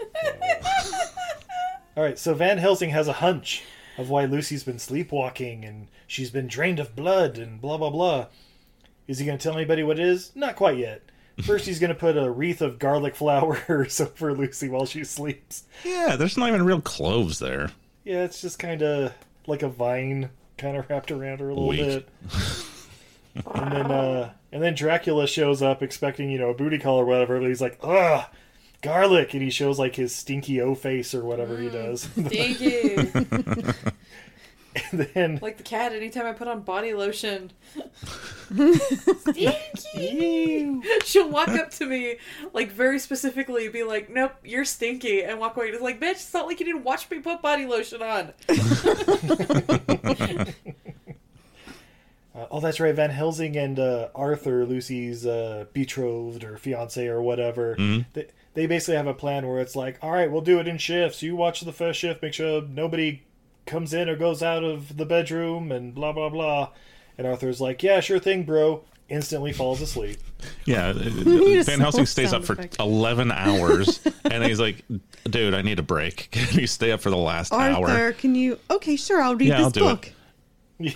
All right, so Van Helsing has a hunch of why Lucy's been sleepwalking and she's been drained of blood and blah blah blah. Is he going to tell anybody what it is? Not quite yet. First, he's going to put a wreath of garlic flowers over Lucy while she sleeps. Yeah, there's not even real cloves there. Yeah, it's just kind of like a vine kind of wrapped around her a little Weak. bit. and then uh and then Dracula shows up expecting, you know, a booty call or whatever, but he's like, "Ugh, garlic." And he shows like his stinky O face or whatever he does. Thank you. and then Like the cat, anytime I put on body lotion, Ew. she'll walk up to me, like very specifically, be like, "Nope, you're stinky," and walk away. It's like, bitch, it's not like you didn't watch me put body lotion on. Uh, oh, that's right. Van Helsing and uh, Arthur, Lucy's uh, betrothed or fiance or whatever, Mm-hmm. they, they basically have a plan where it's like, all right, we'll do it in shifts. You watch the first shift, make sure nobody comes in or goes out of the bedroom, and blah, blah, blah. And Arthur's like, yeah, sure thing, bro. Instantly falls asleep. Yeah, uh, need a Van Helsing simple stays up sound for effect. 11 hours, and he's like, dude, I need a break. Can you stay up for the last hour? Arthur, can you? Okay, sure. I'll read Yeah, this I'll do it. book.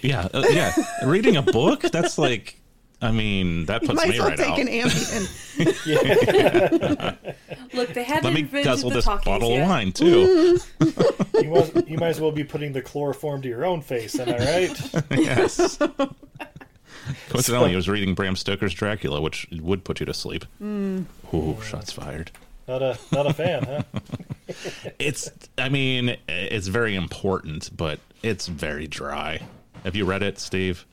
Yeah, uh, yeah. Reading a book? That's like, I mean, that You puts might me as well right take out. an Ambien. Look, they hadn't Let me invented guzzle the this talkies bottle yet. of wine, too. You, must, you might as well be putting the chloroform to your own face, am I right? yes. Coincidentally, I was reading Bram Stoker's Dracula, which would put you to sleep. Mm. Ooh, shots fired. Not a, not a fan, huh? It's, I mean, it's very important, but it's very dry. Have you read it, Steve?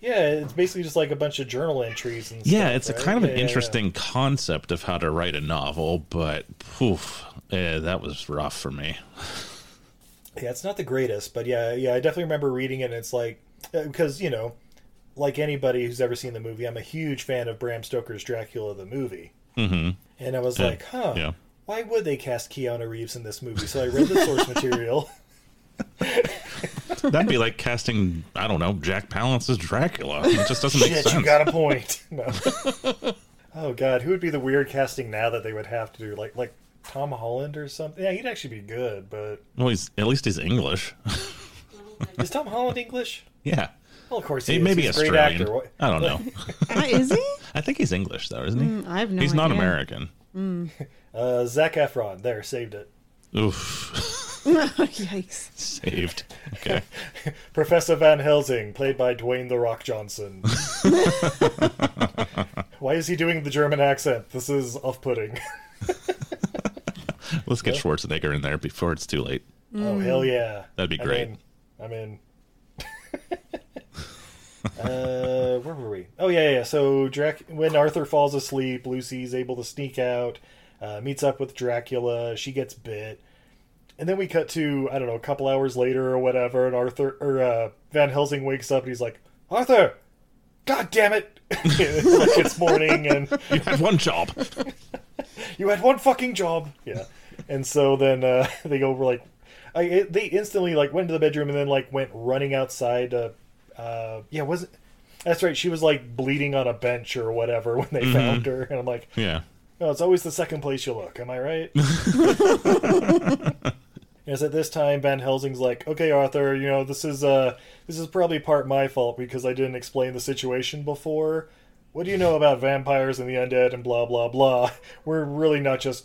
Yeah, it's basically just like a bunch of journal entries and Yeah, stuff, it's a right? kind of an Yeah, yeah, yeah. interesting concept of how to write a novel, but poof, eh, that was rough for me. Yeah, it's not the greatest, but yeah, yeah, I definitely remember reading it. and It's like uh, because you know, like anybody who's ever seen the movie, I'm a huge fan of Bram Stoker's Dracula the movie, mm-hmm. and I was like, huh, yeah. why would they cast Keanu Reeves in this movie? So I read the source material. That'd be like casting, I don't know, Jack Palance's Dracula. It just doesn't make Shit, sense. you got a point. No. oh God, who would be the weird casting now that they would have to do like like Tom Holland or something? Yeah, he'd actually be good, but Well, he's at least he's English. is Tom Holland English? yeah, Well, of course he he is. may be He's a great Australian. actor. What- I don't know. Ah, is he? I think he's English though, isn't he? Mm, I have no he's not idea. American. Uh, Zach Efron, there saved it. Oof, Oh, Yikes. saved. Okay, Professor Van Helsing, played by Dwayne The Rock Johnson. Why is he doing the German accent? This is off putting. let's get Schwarzenegger in there before it's too late. Oh, hell yeah. That'd be I'm great. in. I'm in. uh, where were we? Oh, yeah, yeah. So Drac- when Arthur falls asleep, Lucy's able to sneak out, uh, meets up with Dracula. She gets bit. And then we cut to, I don't know, a couple hours later or whatever, and Arthur, or uh, Van Helsing wakes up and he's like, Arthur! God damn it! it's like it's morning and You had one job. you had one fucking job. Yeah. And so then uh, they go over like, I, it, they instantly like went to the bedroom and then like went running outside. To, uh, yeah, was it? That's right. She was like bleeding on a bench or whatever when they found her, and I'm like, Yeah. oh, it's always the second place you look. Am I right? Yes, at this time Van Helsing's like, okay, Arthur, you know this is uh this is probably part my fault because I didn't explain the situation before. What do you know about vampires and the undead and blah blah blah? We're really not just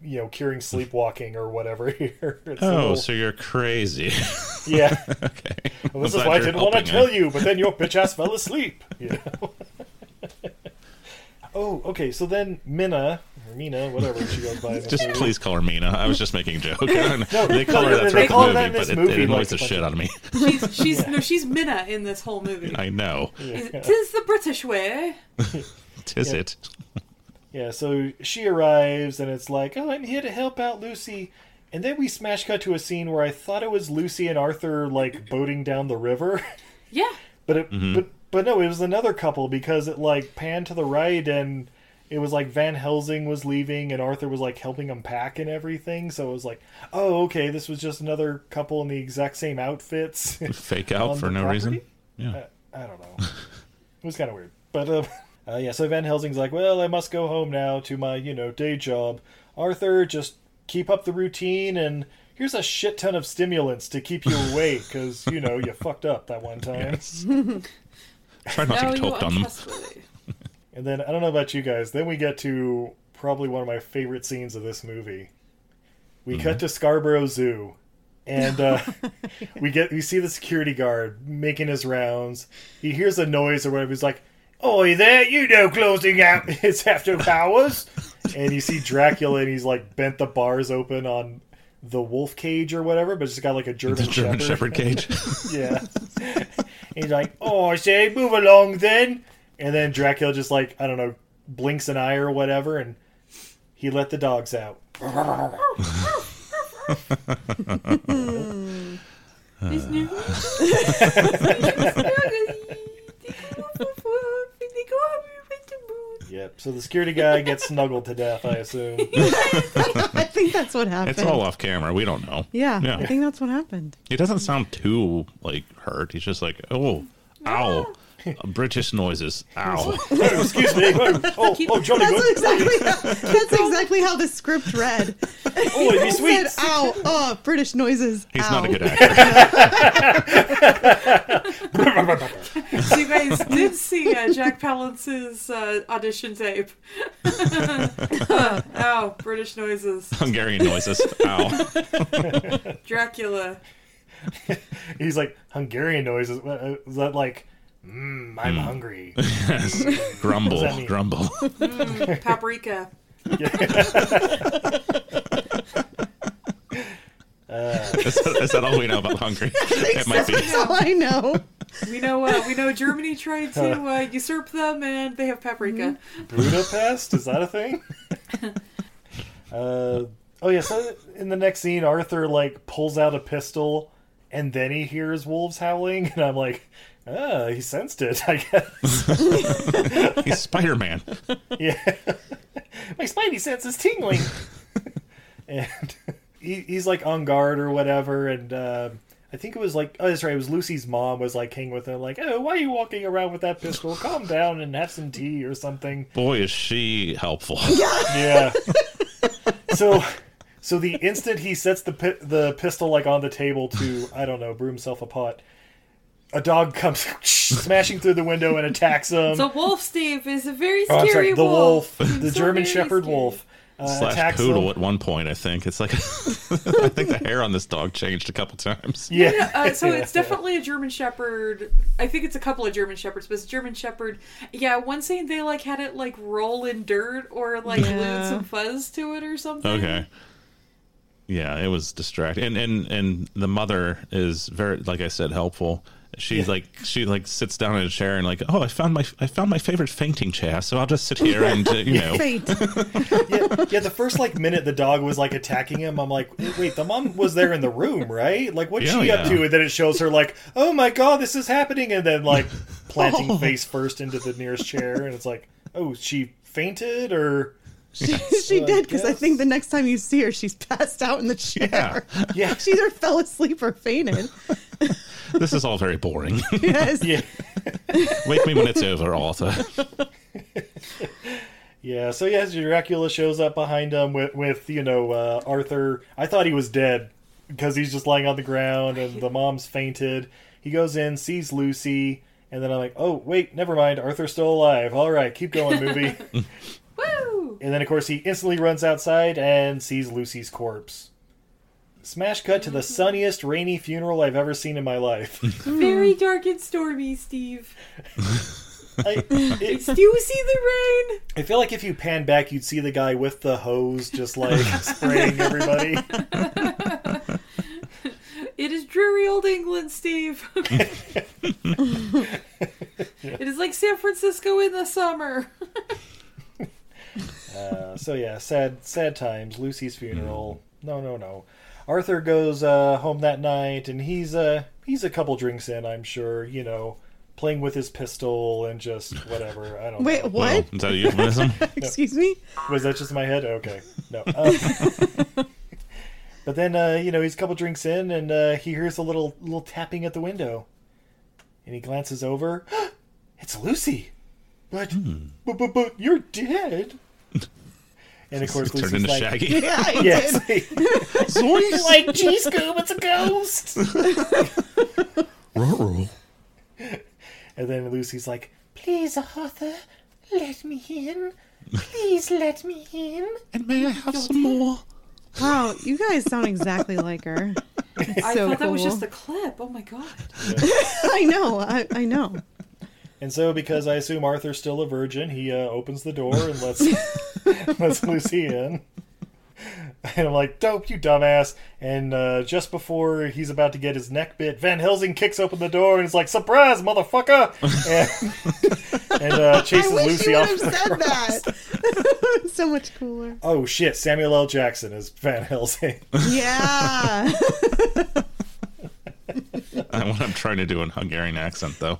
you know curing sleepwalking or whatever here. It's a Oh, little- so you're crazy. yeah. okay. Well, this is why I didn't want to tell you, but then your bitch ass fell asleep. You know? oh, okay. So then Minna, or Mina, whatever she goes by. in this Just movie. please call her Mina. I was just making a joke. they call no, her that they throughout call her the that in movie, but this it, movie, it like, annoys the a shit bunch out of me. She's she's no, she's Minna in this whole movie. I know. Tis the British way. Tis it. Yeah. So she arrives, and it's like, oh, I'm here to help out Lucy. And then we smash cut to a scene where I thought it was Lucy and Arthur like boating down the river. Yeah. But it, Mm-hmm. but but no, it was another couple because it like panned to the right and it was like Van Helsing was leaving and Arthur was like helping him pack and everything. So it was like, oh, okay, this was just another couple in the exact same outfits. Fake out On for the no reason. property? Uh, Yeah. I don't know. it was kind of weird, but uh, uh, yeah. So Van Helsing's like, well, I must go home now to my you know day job. Arthur, just keep up the routine and. Here's a shit ton of stimulants to keep you awake because, you know, you fucked up that one time. Try not to Now get Oh, you choked on them. untrustworthy. And then I don't know about you guys. Then we get to probably one of my favorite scenes of this movie. We Mm-hmm. cut to Scarborough Zoo, and uh, we get we see the security guard making his rounds. He hears a noise or whatever. He's like, "Oi there! You know closing out is after hours." and you see Dracula, and he's like bent the bars open on the wolf cage or whatever, but just got like a German, The German Shepherd cage. yeah. He's like, oh, I say, move along then. And then Dracula just like, I don't know, blinks an eye or whatever, and he let the dogs out. It's new. Yep. So the security guy gets snuggled to death, I assume. I think that's what happened. It's all off camera. We don't know. yeah, Yeah. I think that's what happened. He doesn't sound too like hurt. He's just like, oh, ow, British noises, ow. Oh, excuse me. Oh, oh, oh Johnny That's Good. exactly how, that's exactly how the script read. Oh, it'd be Said, sweet. ow, oh, British noises. He's ow." not a good actor. So you guys did see uh, Jack Palance's uh, audition tape. oh, British noises. Hungarian noises, ow. Dracula. He's like, Hungarian noises. Uh, Is that like, mmm, I'm hungry? that Grumble, mean? grumble. Paprika. Is that, is that all we know about Hungary? It might be. That's all I know. We know. Uh, we know Germany tried to uh, usurp them, and they have paprika. Budapest? Is that a thing? uh, oh yeah. So in the next scene, Arthur like pulls out a pistol, and then he hears wolves howling, and I'm like, ah, he sensed it. I guess. He's Spider Man. yeah. My spidey sense is tingling. and he, he's like on guard or whatever, and. um I think it was like oh that's right it was Lucy's mom was like hanging with him like oh why are you walking around with that pistol calm down and have some tea or something Boy, is she helpful. Yeah. so, so the instant he sets the pi- the pistol like on the table to I don't know brew himself a pot, a dog comes smashing through the window and attacks him. The wolf, Steve, is a very Oh, I'm scary sorry, the wolf, wolf. the So German very Shepherd scary. wolf, uh, Slash attacks poodle him. at one point, I think. It's like, I think the hair on this dog changed a couple times. Yeah. Uh, so it's definitely a German Shepherd. I think it's a couple of German Shepherds, but it's German Shepherd. Yeah, one saying they like had it like roll in dirt or like Yeah. glued some fuzz to it or something. Okay. Yeah, it was distracting, and and and the mother is very, like I said, helpful. She's like she like sits down in a chair and like, oh, I found my I found my favorite fainting chair, so I'll just sit here and uh, you know, Fate. yeah, yeah. The first like minute the dog was like attacking him. I'm like, wait, the mom was there in the room, right? Like, what's Yeah, she up yeah. to? And then it shows her like, oh my god, this is happening, and then like planting face first into the nearest chair, and it's like, oh, she fainted or She, she did because I think the next time you see her, she's passed out in the chair. Yeah. she either fell asleep or fainted. This is all very boring. Yes. Yeah. Wake me when it's over, Arthur. Yeah, so yes, Dracula shows up behind him with, with you know, uh, Arthur. I thought he was dead because he's just lying on the ground and the mom's fainted. He goes in, sees Lucy, and then I'm like, oh, wait, never mind. Arthur's still alive. All right, keep going, movie. Woo! and then, of course, he instantly runs outside and sees Lucy's corpse. Smash cut to the sunniest, rainy funeral I've ever seen in my life. Very dark and stormy, Steve. I, it, Do you see the rain? I feel like if you pan back, you'd see the guy with the hose just like spraying everybody. It is dreary old England, Steve. it is like San Francisco in the summer. Uh, so yeah, sad sad times. Lucy's funeral. Mm. No, no, no. Arthur goes uh, home that night, and he's uh, he's a couple drinks in, I'm sure. You know, playing with his pistol and just whatever. I don't. Wait, know. what? Is that a euphemism? Excuse me? was that just in my head? Okay, no. Uh, but then uh, you know he's a couple drinks in, and uh, he hears a little little tapping at the window, and he glances over. it's Lucy. But, Hmm. but but but you're dead. And of course, Turned Lucy's into like, Shaggy. Yeah, I Yes. did. like, geez, Goob, it's a ghost. Ruh-roh. And then Lucy's like, please, Arthur, let me in. Please let me in. and may I have some more? Wow, you guys sound exactly like her. It's I so thought cool. that was just the clip. Oh my god. I know. I, I know. And so, because I assume Arthur's still a virgin, he uh, opens the door and lets lets Lucy in. And I'm like, dope, you dumbass. And uh, just before he's about to get his neck bit, Van Helsing kicks open the door and is like, surprise, motherfucker! And, and uh, chases I wish Lucy you would off. have the said ground. that. so much cooler. Oh shit, Samuel L. Jackson is Van Helsing. Yeah. I, what I'm trying to do in Hungarian accent, though.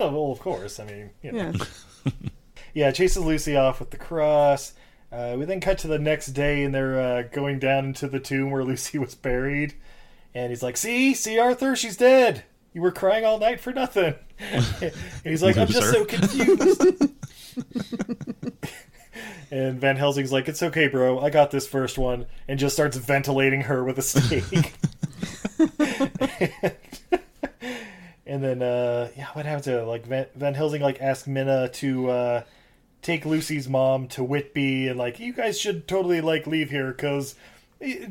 Oh, well, of course. I mean, you know. yeah. yeah. chases Lucy off with the cross. Uh, we then cut to the next day, and they're uh, going down into the tomb where Lucy was buried. And he's like, "See, see, Arthur, she's dead. You were crying all night for nothing." and he's like, "I'm just so Loser. confused." and Van Helsing's like, "It's okay, bro. I got this first one," and just starts ventilating her with a stake. And then, uh, yeah, what happened to like Van, Van Helsing? Like, asked Minna to uh, take Lucy's mom to Whitby, and like, you guys should totally like leave here because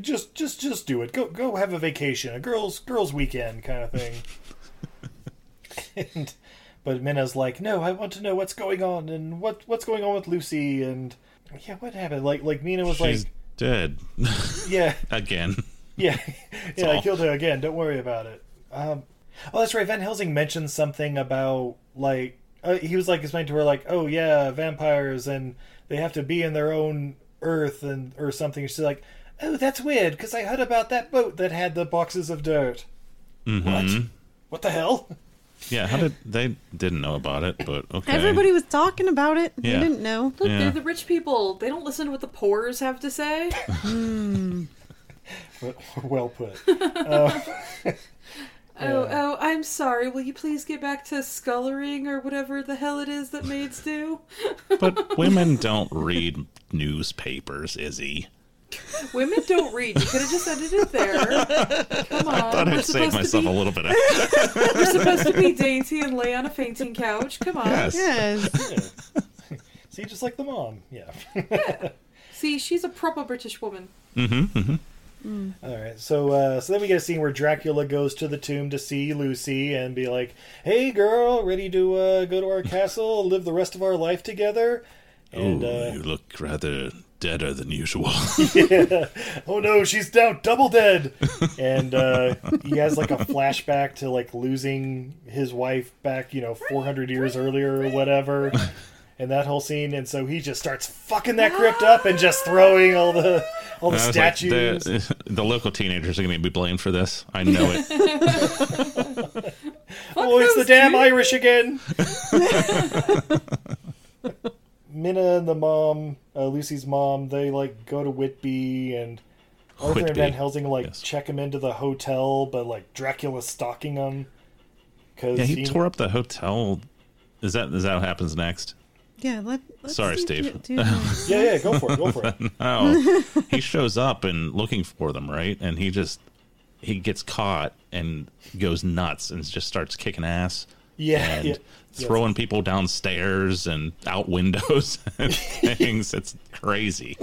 just, just, just do it. Go, go have a vacation, a girls, girls weekend kind of thing. and, but Minna's like, no, I want to know what's going on and what what's going on with Lucy and yeah, what happened? Like, like Mina was She's like, dead yeah, again. yeah, yeah. I all. killed her again. Don't worry about it. Um, oh, that's right. Van Helsing mentioned something about like uh, he was like explaining to her like, oh yeah, vampires and they have to be in their own earth and or something. She's like, oh, that's weird because I heard about that boat that had the boxes of dirt. What? What the hell? Yeah, how did they didn't know about it? But okay, Everybody was talking about it. You Yeah. didn't know. Look, Yeah. they're the rich people. They don't listen to what the poors have to say. Well- well put. Oh, oh, I'm sorry. Will you please get back to scullerying or whatever the hell it is that maids do? But women don't read newspapers, Izzy. Women don't read. You could have just ended it there. Come on. Thought we're I'd save supposed to myself be, a little bit. Of, We're supposed to be dainty and lay on a fainting couch. Come on. yes, Yes. See, just like the mom. Yeah. See, she's a proper British woman. All right, so uh, so then we get a scene where Dracula goes to the tomb to see Lucy and be like, "Hey, girl, ready to uh, go to our castle and live the rest of our life together?" Oh, And Ooh, uh, you look rather deader than usual. oh no, she's down double dead. And uh, he has like a flashback to like losing his wife back, you know, 400 years earlier or whatever. And that whole scene, and so he just starts fucking that crypt up and just throwing all the all the I was like, statues. the, the local teenagers are going to be blamed for this. I know it. Oh, it's the those damn dudes. Irish again. Minna and the mom, uh, Lucy's mom, they like go to Whitby and Arthur and Whitby, Van Helsing like yes. check him into the hotel, but like Dracula's stalking him because Yeah, he tore up the hotel. Is that is that what happens next? Yeah, let, let's Sorry, see Steve. Do, do that. Yeah, yeah, go for it, go for it. Oh, he shows up and looking for them, right? And he just he gets caught and goes nuts and just starts kicking ass Yeah, and yeah. Yes. throwing people downstairs and out windows and things. It's crazy.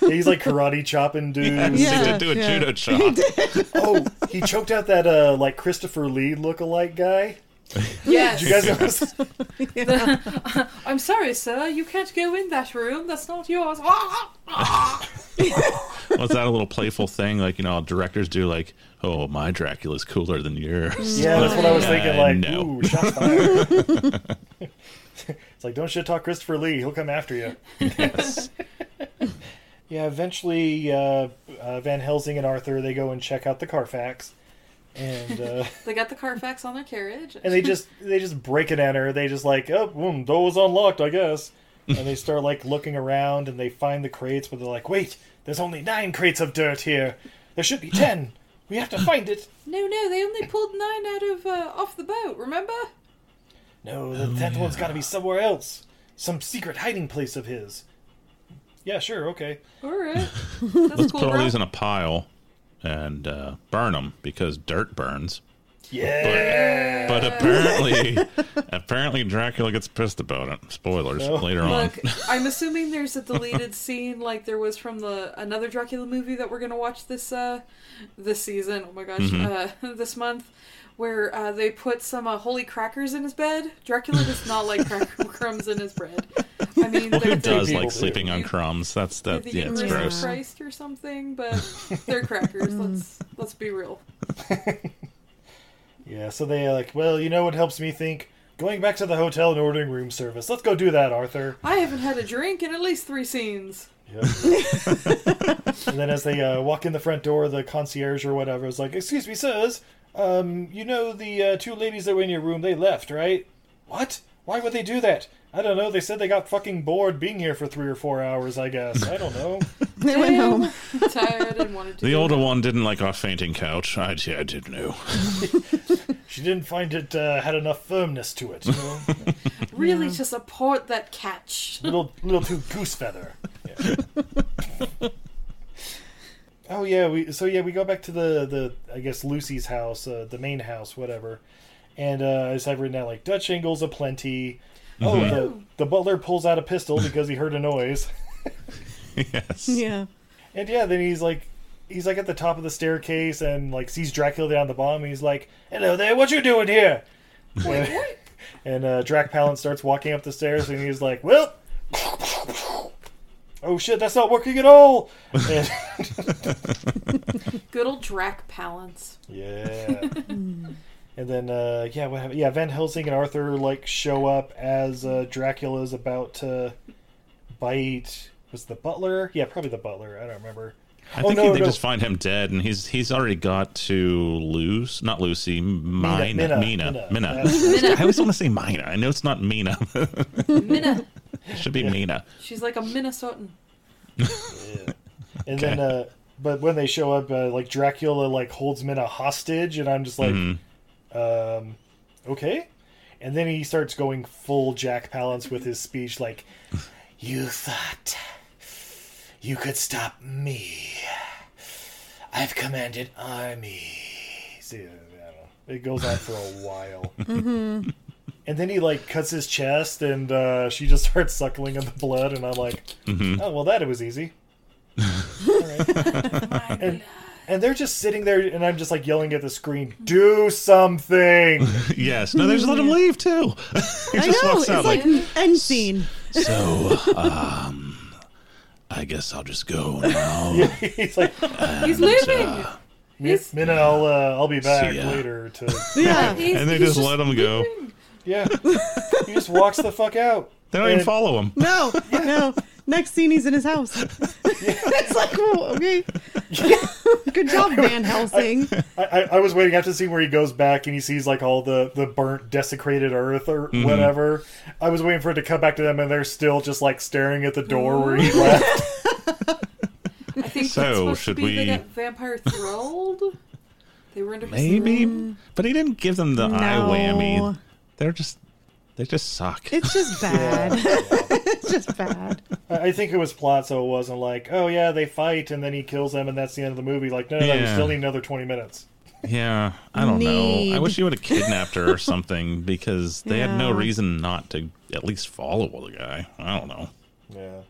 He's like karate chopping dudes. He did Yeah, do a yeah. judo chop. Oh, he choked out that uh like Christopher Lee lookalike guy. Yes. You guys notice? I'm sorry, sir. You can't go in that room. That's not yours. Ah! Was that a little playful thing? Like you know, directors do like, oh, my Dracula's cooler than yours. Yeah, that's what I was Uh, thinking. Like, no. ooh, shots fired. it's like, don't shit talk Christopher Lee. He'll come after you. Yes. Yeah, eventually, uh, uh, Van Helsing and Arthur they go and check out the Carfax, and uh, They got the Carfax on their carriage. and they just they just break and enter. They just like, oh, boom, door was unlocked, I guess. And they start like looking around, and they find the crates, but they're like, wait, there's only nine crates of dirt here. There should be ten. We have to find it. No, no, they only pulled nine out of uh, off the boat. Remember? No, the tenth one's got to be somewhere else. Some secret hiding place of his. Yeah, sure, okay. All right. That's Let's cool, put all bro. these in a pile and uh, burn them because dirt burns. Yeah. But apparently, apparently Dracula gets pissed about it. Spoilers later on. Look, I'm assuming there's a deleted scene like there was from the another Dracula movie that we're gonna watch this uh this season. Oh my gosh, Mm-hmm. uh, this month. Where uh, they put some uh, holy crackers in his bed. Dracula does not like cracker crumbs in his bread. I mean, Well, who they're- does people like do. sleeping on crumbs? That's that. the Uh, Yeah, it's Eucharist gross. Christ or something, but they're crackers. let's let's be real. Yeah, so they like, well, you know what helps me think? Going back to the hotel and ordering room service. Let's go do that, Arthur. I haven't had a drink in at least three scenes. And then as they uh, walk in the front door, the concierge or whatever is like, "Excuse me, sirs. Um, you know the uh, two ladies that were in your room? They left, right? What? Why would they do that? I don't know. They said they got fucking bored being here for three or four hours. I guess. I don't know. they went home. Tired and wanted to. The go older back. one didn't like our fainting couch. I, I did know. she didn't find it uh, had enough firmness to it. You know? really to support that catch. little little too goose feather. oh yeah, we so yeah we go back to the the I guess Lucy's house, uh, the main house, whatever. And uh, as I've written down, like Dutch angles aplenty. Oh, the, the butler pulls out a pistol because he heard a noise. yes. Oh, Yeah. And yeah, then he's like, he's like at the top of the staircase and like sees Dracula down at the bottom. And he's like, "Hello there, what you doing here?" and and uh, Drac Palin starts walking up the stairs, and he's like, "Well, oh shit, that's not working at all." And, Good old Drac Palance. yeah. and then uh, yeah, what happened? Yeah, Van Helsing and Arthur like show up as uh, Dracula's about to bite. Was it the butler? Yeah, probably the butler. I don't remember. I Oh, think no, they no. just find him dead, and he's he's already got to lose, not Lucy, Mina, Mina, Mina, Mina. Mina. Mina. That's- I always want to say Mina. I know it's not Mina. it Minna. should be Mina. She's like a Minnesotan. And then, uh, but when they show up, uh, like Dracula like holds Minna hostage, and I'm just like, um, okay. And then he starts going full Jack Palance with his speech, like, "You thought you could stop me? I've commanded armies." Yeah, I don't know. It goes on for a while. And then he like cuts his chest, and uh, she just starts suckling on the blood, and I'm like, "Oh well, that it was easy." and, and they're just sitting there, and I'm just like yelling at the screen, "Do something!" Yes. No, they just let him leave too. he I just know. walks It's out like, like, end scene. so. Um, I guess I'll just go now. He's like, He's leaving. "Min- He's- "Minna, I'll uh, I'll be back ya." later." To Yeah. He's- And they he's just let him go. leaving. yeah, he just walks the fuck out. They don't even And- follow him. No. No. Next scene, he's in his house. it's like, whoa, okay. Good job, Van Helsing. I, I, I was waiting after the scene where he goes back and he sees like all the the burnt, desecrated earth or Mm-hmm. whatever. I was waiting for it to come back to them, and they're still just like staring at the door where Mm-hmm. he left. I think So, that's supposed should to be we- they got vampire thrilled. they were into Maybe, but he didn't give them the eye Mm. No. whammy. They're just, they just suck. It's just bad. it's just bad. I I think it was plot, so it wasn't like, oh yeah, they fight and then he kills them, and that's the end of the movie. Like, no, no, no we Yeah. still need another twenty minutes. yeah, I don't know. I Need. wish he would have kidnapped her or something because they had no Yeah. reason not to at least follow the guy. I don't know. Yeah.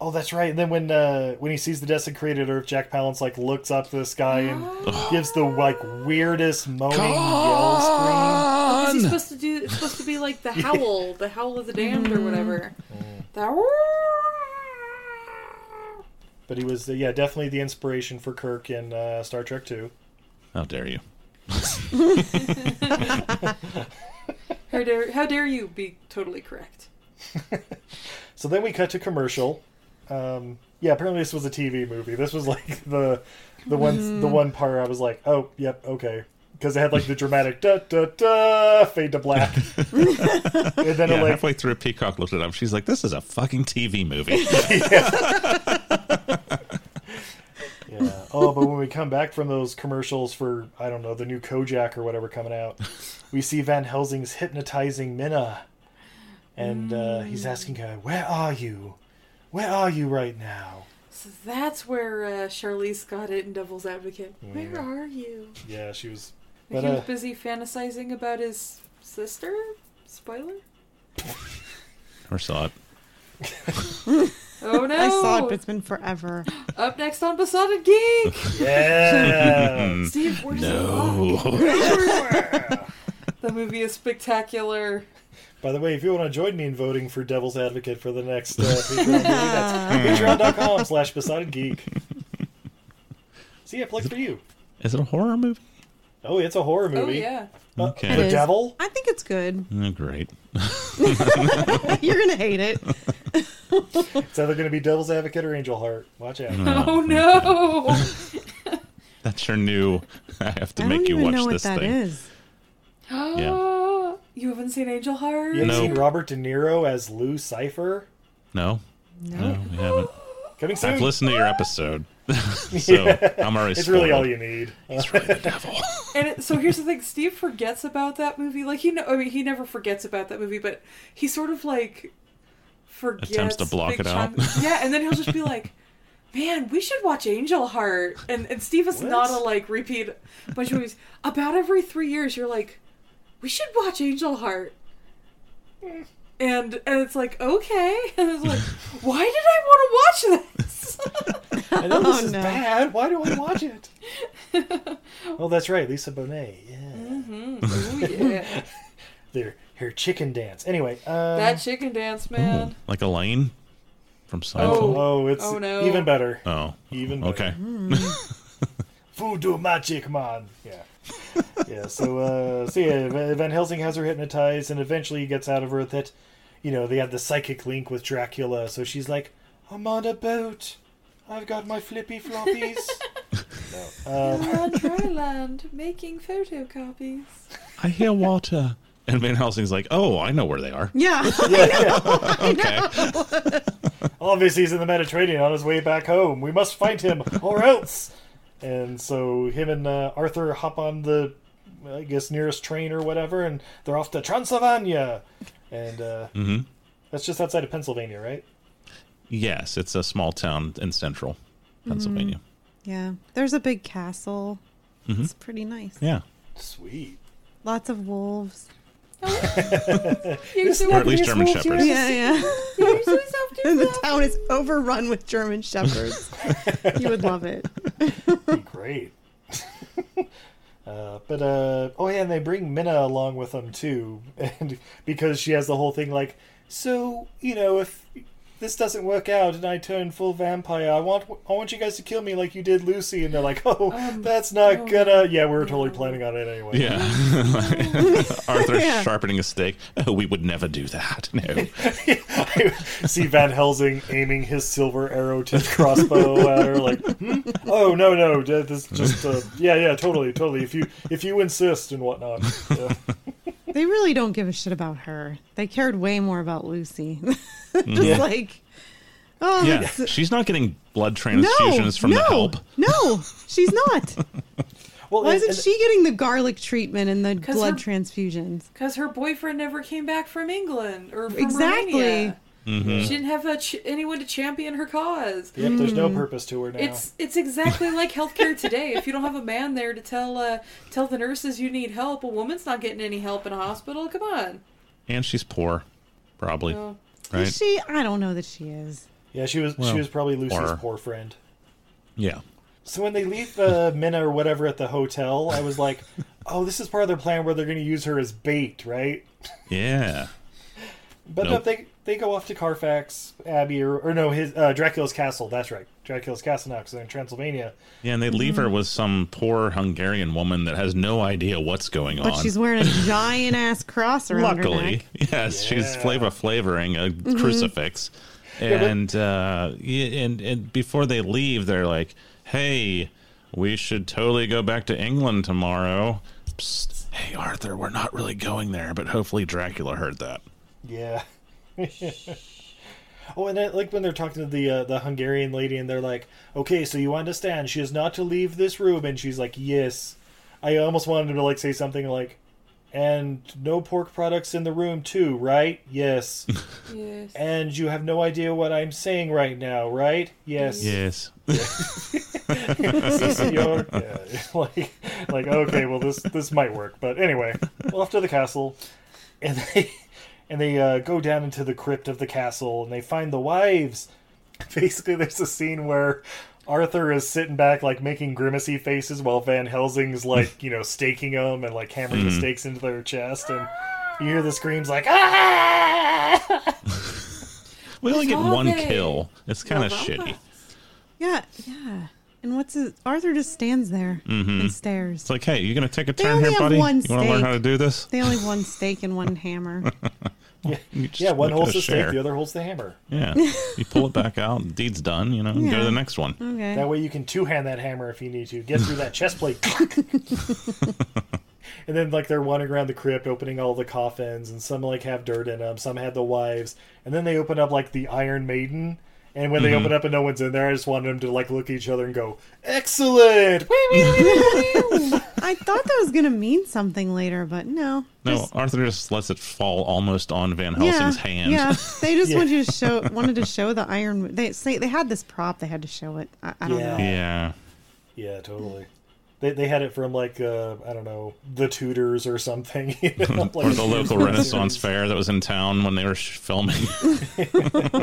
Oh, that's right. And then when uh, when he sees the desecrated earth, Jack Palance like looks up to the sky and gives the like weirdest moaning yell scream. Is he supposed to do? It's supposed to be like the howl, the howl of the damned, or whatever. The But he was, uh, yeah, definitely the inspiration for Kirk in uh, Star Trek Two. How dare you? how dare how dare you be totally correct? So then we cut to commercial. Um, yeah, apparently this was a TV movie. This was like the the one the one part I was like, oh, yep, okay, because it had like the dramatic da da da fade to black, and then Yeah, it like halfway through, Peacock looked it up. She's like, "This is a fucking TV movie." Yeah. Oh, but when we come back from those commercials for I don't know the new Kojak or whatever coming out, we see Van Helsing's hypnotizing Minna, and uh, he's Mm. asking her, "Where are you? Where are you right now?" So that's where uh, Charlize got it in Devil's Advocate. Where are you? Yeah, she was. Like, But he was uh, busy fantasizing about his sister. Spoiler. Never saw it. Oh no! I saw it, but it's been forever. Up next on Besotted Geek. yeah, Steve, where's Oh. the No. The movie is spectacular. By the way, if you want to join me in voting for Devil's Advocate for the next uh, Patreon movie, that's patreon.com slash besotted geek. See, I plugged for you. Is it a horror movie? Oh, it's a horror Oh movie. Uh, yeah. The Okay. is. devil? I think it's good. Oh, great. You're gonna hate it. It's either going to be Devil's Advocate or Angel Heart. Watch out. Oh no! That's your new. I have to I make don't you even watch know what this that thing. is. Yeah. You haven't seen Angel Heart? You haven't No. seen Robert De Niro as Lou Cipher? No. No, we haven't. Coming soon. I've listened to your episode, so I'm already. it's really spoiled. all you need. Oh, It's really the devil. And it, so here's the thing: Steve forgets about that movie. Like he, know, I mean, he never forgets about that movie, but he sort of like forgets. Attempts to block big it out. chunks. Yeah, and then he'll just be like, "Man, we should watch Angel Heart." And and Steve is not a like repeat bunch of movies. About every three years, you're like, "We should watch Angel Heart." And and it's like okay, and it's like, why did I want to watch this? I know this Oh, is no. bad. Why do I watch it? oh, that's right. Lisa Bonet. Yeah. Ooh, yeah, Their, her chicken dance. Anyway. Um, that chicken dance, man. Like Elaine from Seinfeld. oh, it's Oh, no. even better. Oh, Even better. okay. Voodoo magic, man. Yeah. yeah, so, uh, so yeah, Va- Van Helsing has her hypnotized and eventually he gets out of her that, you know, they have the psychic link with Dracula. So she's like, I'm on a boat. I've got my flippy floppies. on dryland making photocopies. I hear water, and Van Helsing's like, "Oh, I know where they are." Yeah. Okay. Obviously, he's in the Mediterranean on his way back home. We must find him, or else. And so him and uh, Arthur hop on the, I guess, nearest train or whatever, and they're off to Transylvania. And uh, that's just outside of Pennsylvania, right? Yes, it's a small town in central Pennsylvania. Yeah. There's a big castle. It's pretty nice. Mm-hmm. Yeah, Sweet. Lots of wolves. You so or at least German shepherds. Yeah, yeah. and the town is overrun with German shepherds. you would love it. Be great. Uh, but uh, oh yeah, and they bring Minna along with them too, and because she has the whole thing like, so you know if this doesn't work out and I turn full vampire. I want I want you guys to kill me like you did Lucy." And they're like, "Oh, Um, that's not gonna." Yeah, we were totally planning on it anyway. Yeah. Arthur sharpening a stake. Oh, we would never do that. No. See Van Helsing aiming his silver arrow to his crossbow at her, like, hmm? "Oh no, no, d- this is just uh, yeah, yeah, totally, totally." If you if you insist and whatnot, yeah. They really don't give a shit about her. They cared way more about Lucy. Just Mm. like, oh, Yeah. it's- She's not getting blood no, transfusions from no, the help. no, she's not. Well, Why and- isn't and- she getting the garlic treatment and the 'Cause blood her- transfusions? Because her boyfriend never came back from England or from Exactly. Romania. Mm-hmm. She didn't have a ch- anyone to champion her cause. Yep, there's no purpose to her now. It's it's exactly like healthcare today. If you don't have a man there to tell uh, tell the nurses you need help, a woman's not getting any help in a hospital. Come on. And she's poor, probably. Oh. No. Right? Is she? I don't know that she is. yeah, she was Well, she was probably Lucy's or- poor friend. yeah. So when they leave uh, Minna or whatever at the hotel, I was like, "Oh, this is part of their plan where they're going to use her as bait, right?" Yeah. But no, Nope. they they go off to Carfax Abbey or, or no, his uh, Dracula's castle. That's right, Dracula's castle now because they're in Transylvania. Yeah, and they Mm. leave her with some poor Hungarian woman that has no idea what's going But on. she's wearing a giant ass cross around her Luckily, neck. Mm-hmm. yes, she's flavor flavoring a crucifix, and uh, y- and and before they leave, they're like, "Hey, we should totally go back to England tomorrow." Psst, hey, Arthur, we're not really going there, but hopefully Dracula heard that. Yeah. oh, and then, like when they're talking to the uh, the Hungarian lady, and they're like, "Okay, so you understand she is not to leave this room," and she's like, "Yes." I almost wanted to like say something like, "And no pork products in the room, too, right? Yes." Yes. and you have no idea what I'm saying right now, right? Yes. Yes, Sí, señor. Yeah, like, like, okay, well, this this might work, but anyway, off to the castle, and they and they uh, go down into the crypt of the castle, and they find the wives. Basically, there's a scene where Arthur is sitting back, like making grimacy faces, while Van Helsing's like, you know, staking them and like hammering the stakes into their chest, and you hear the screams like, ah! we only get Love one it. kill. It's kind of Love shitty. it. Yeah, yeah. And what's his, Arthur just stands there and stares. It's like, hey, you gonna take a turn only here, have buddy? You one want to learn stake. how to do this? they only have one stake and one hammer. You just Yeah, one look at holds a the stake, share. the other holds the hammer. Yeah, you pull it back out, and deed's done. You know, and go to Yeah. Mm-hmm. the next one. Okay. That way you can two hand that hammer if you need to. Get through that chest plate. and then like they're wandering around the crypt, opening all the coffins, and some like have dirt in them, some had the wives, and then they open up like the Iron Maiden. And when they Mm-hmm. open up and no one's in there, I just wanted them to like look at each other and go, "Excellent!" I thought that was gonna mean something later, but no. No, Just- Arthur just lets it fall almost on Van Helsing's hand. yeah. They just want you to show wanted to show the iron. They say they had this prop. They had to show it. I, I don't Yeah. know. Yeah. yeah, totally. They, they had it from like uh, I don't know the Tudors or something, you know? Or like the local Renaissance fair that was in town when they were sh- filming. Oh,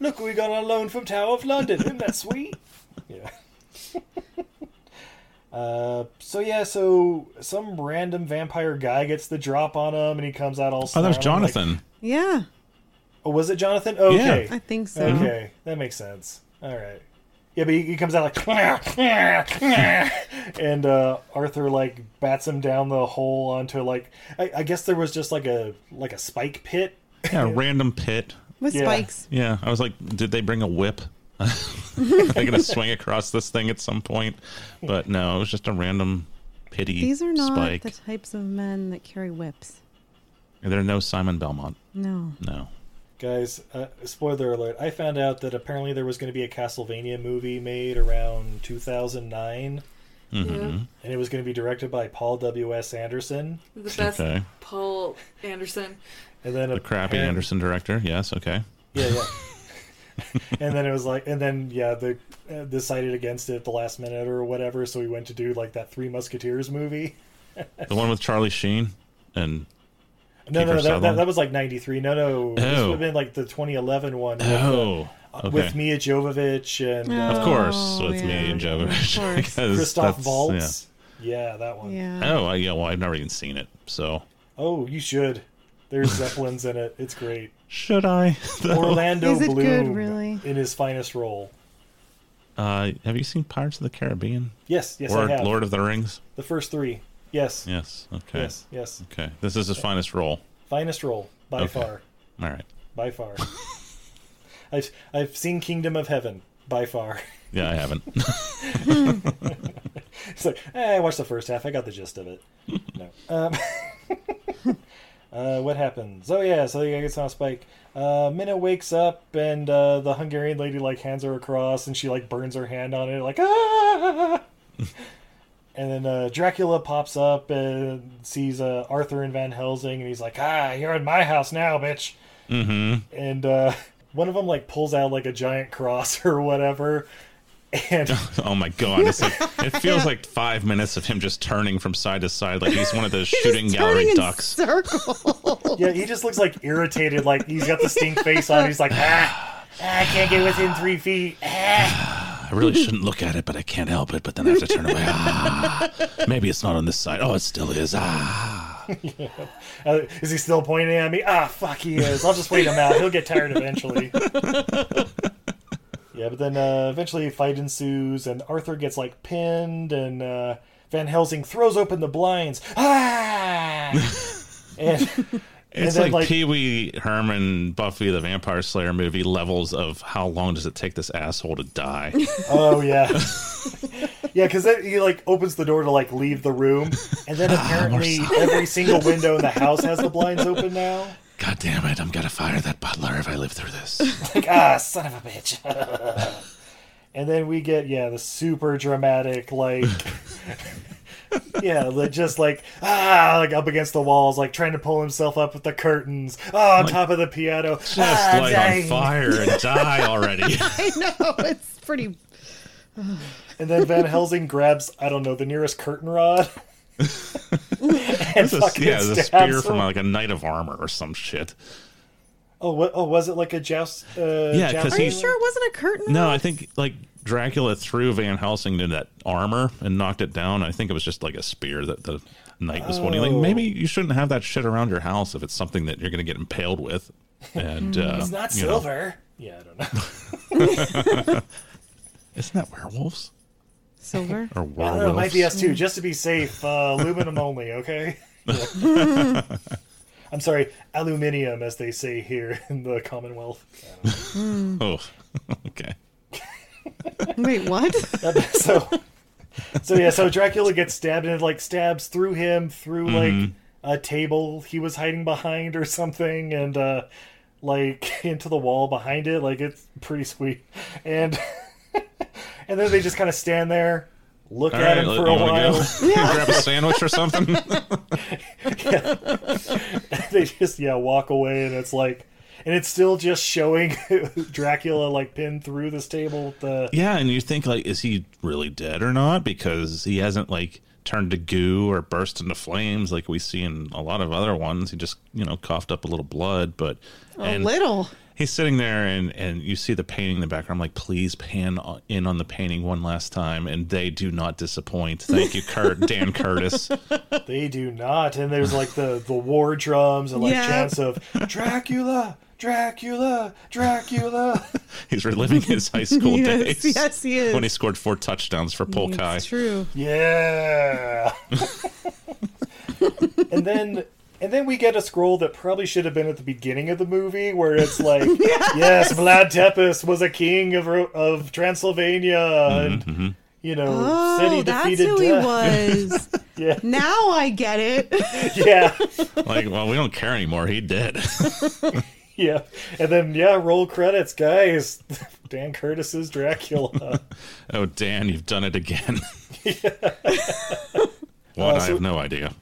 Look, we got a loan from Tower of London. Isn't that sweet? Yeah. uh, so yeah, so some random vampire guy gets the drop on him, and he comes out all. Oh, that was snarling, Jonathan. Yeah, like- oh, was it Jonathan? Okay. I think so. Okay, Mm-hmm. that makes sense. All right. Yeah, but he, he comes out like, and uh, Arthur like bats him down the hole onto like I, I guess there was just like a like a spike pit. Yeah, random pit. With Yeah. spikes. Yeah, I was like, did they bring a whip? Are they going to swing across this thing at some point? But no, it was just a random pity These are not spike. the types of men that carry whips. There are no Simon Belmont. No. No. Guys, uh, spoiler alert. I found out that apparently there was going to be a Castlevania movie made around 2009, Mm-hmm. Yeah. and it was going to be directed by Paul W.S. Anderson. The best Okay. Paul Anderson. And then The crappy apparent- Anderson director. Yes, okay. Yeah, yeah. and then it was like, and then, yeah, they uh, decided against it at the last minute or whatever, so we went to do like that Three Musketeers movie. The one with Charlie Sheen and No, no, that, Kiefer that, Sutherland? that was like 93. No, no. This Oh. would have been like the 2011 one with, oh, uh, okay. with Mia Jovovich and uh, Of course, Oh, with me yeah. and Of Jovovich. course. because Christoph that's- Waltz. Yeah. that Yeah. one. Yeah. Oh, I- yeah. Well, I've never even seen it, so Oh, you should. There's Zeppelins in it. It's great. Should I? though? Orlando Is it Bloom good, really? in his finest role. uh, have you seen Pirates of the Caribbean Yes, yes, I or have. Lord of the Rings? The first three. Yes, Yes. Okay. yes, yes. Okay. This is his finest role. Finest role by Okay. far, All right. by far. I've I've seen Kingdom of Heaven by far. Yeah, I haven't. It's like eh, I watched the first half. I got the gist of it. No. Um, uh, what happens? Oh yeah, so I gets on Spike. Uh, Minna wakes up and uh, the Hungarian lady like hands her a cross and she like burns her hand on it like ah. and then uh, Dracula pops up and sees uh, Arthur and Van Helsing and he's like ah you're in my house now bitch. Mm-hmm. And uh, one of them like pulls out like a giant cross or whatever. And oh my god! It's like it feels like five minutes of him just turning from side to side, like he's one of those shooting He's gallery turning ducks. In circles. Yeah, he just looks like irritated, like he's got the stink face on. He's like, ah, ah, I can't get within three feet. Ah. I really shouldn't look at it, but I can't help it. But then I have to turn away. Ah, maybe it's not on this side. Oh, it still is. Ah, Uh, is he still pointing at me? Ah, fuck, he is. I'll just wait him out. He'll get tired eventually. yeah, but then uh, eventually a fight ensues, and Arthur gets like pinned, and uh, Van Helsing throws open the blinds. Ah, and. and it's then, like, Pee Wee Herman Buffy the Vampire Slayer movie levels of how long does it take this asshole to die? Oh yeah, yeah. Because then he like opens the door to like leave the room, and Ah, then apparently every single window in the house has the blinds open now. God damn it! I'm gonna fire that butler if I live through this. Like ah, son of a bitch. and then we get yeah the super dramatic like. Yeah, li- just like ah, like up against the walls, like trying to pull himself up with the curtains. Oh, on top of the piano, Just ah, light dang. on fire and die already. I know it's pretty. And then Van Helsing grabs I don't know the nearest curtain rod. and This is- fucking yeah, the stabs spear from him. like a knight of armor or some shit. Oh, what, oh, was it like a joust? Uh, Yeah, 'cause joust- Are you He- sure it wasn't a curtain? No, rod? I think like Dracula threw Van Helsing into that armor and knocked it down. I think it was just like a spear that the knight was holding. Like maybe you shouldn't have that shit around your house if it's something that you're going to get impaled with. And uh, It's not you know, silver. Yeah, I don't know. isn't that werewolves silver. or I werewolves? don't know. It might be us too, just to be safe. Uh, aluminum only, okay? I'm sorry, aluminium, as they say here in the Commonwealth. Oh, okay. Wait, what? so, so yeah, so Dracula gets stabbed and it like stabs through him through like Mm-hmm. a table he was hiding behind or something, and uh, like into the wall behind it. Like it's pretty sweet, and and then they just kind of stand there, look All at right, him oh let- for you a wanna while. go grab a sandwich or something. they just yeah walk away and it's like and it's still just showing dracula like pinned through this table with the yeah, and you think like, is he really dead or not? Because he hasn't like turned to goo or burst into flames like we see in a lot of other ones. He just you know coughed up a little blood, but a and little. he's sitting there and and you see the painting in the background. I'm like, please pan o- in on the painting one last time, and they do not disappoint. Thank you, Kurt Dan Curtis. they do not and there's like the the war drums and like Yeah. chants of dracula dracula dracula He's reliving his high school Yes, days. yes, he is. When he scored four touchdowns for Polkai. It's true. yeah and then and then we get a scroll that probably should have been at the beginning of the movie, where it's like, "Yes, Vlad Tepes was a king of Ro- of Transylvania, and you know, said he Oh, that's defeated who he death." was. Yeah. Now I get it. yeah, Like, well, we don't care anymore. He did. yeah. And then yeah, roll credits, guys. Dan Curtis's Dracula. oh, Dan, you've done it again. what? I have no idea.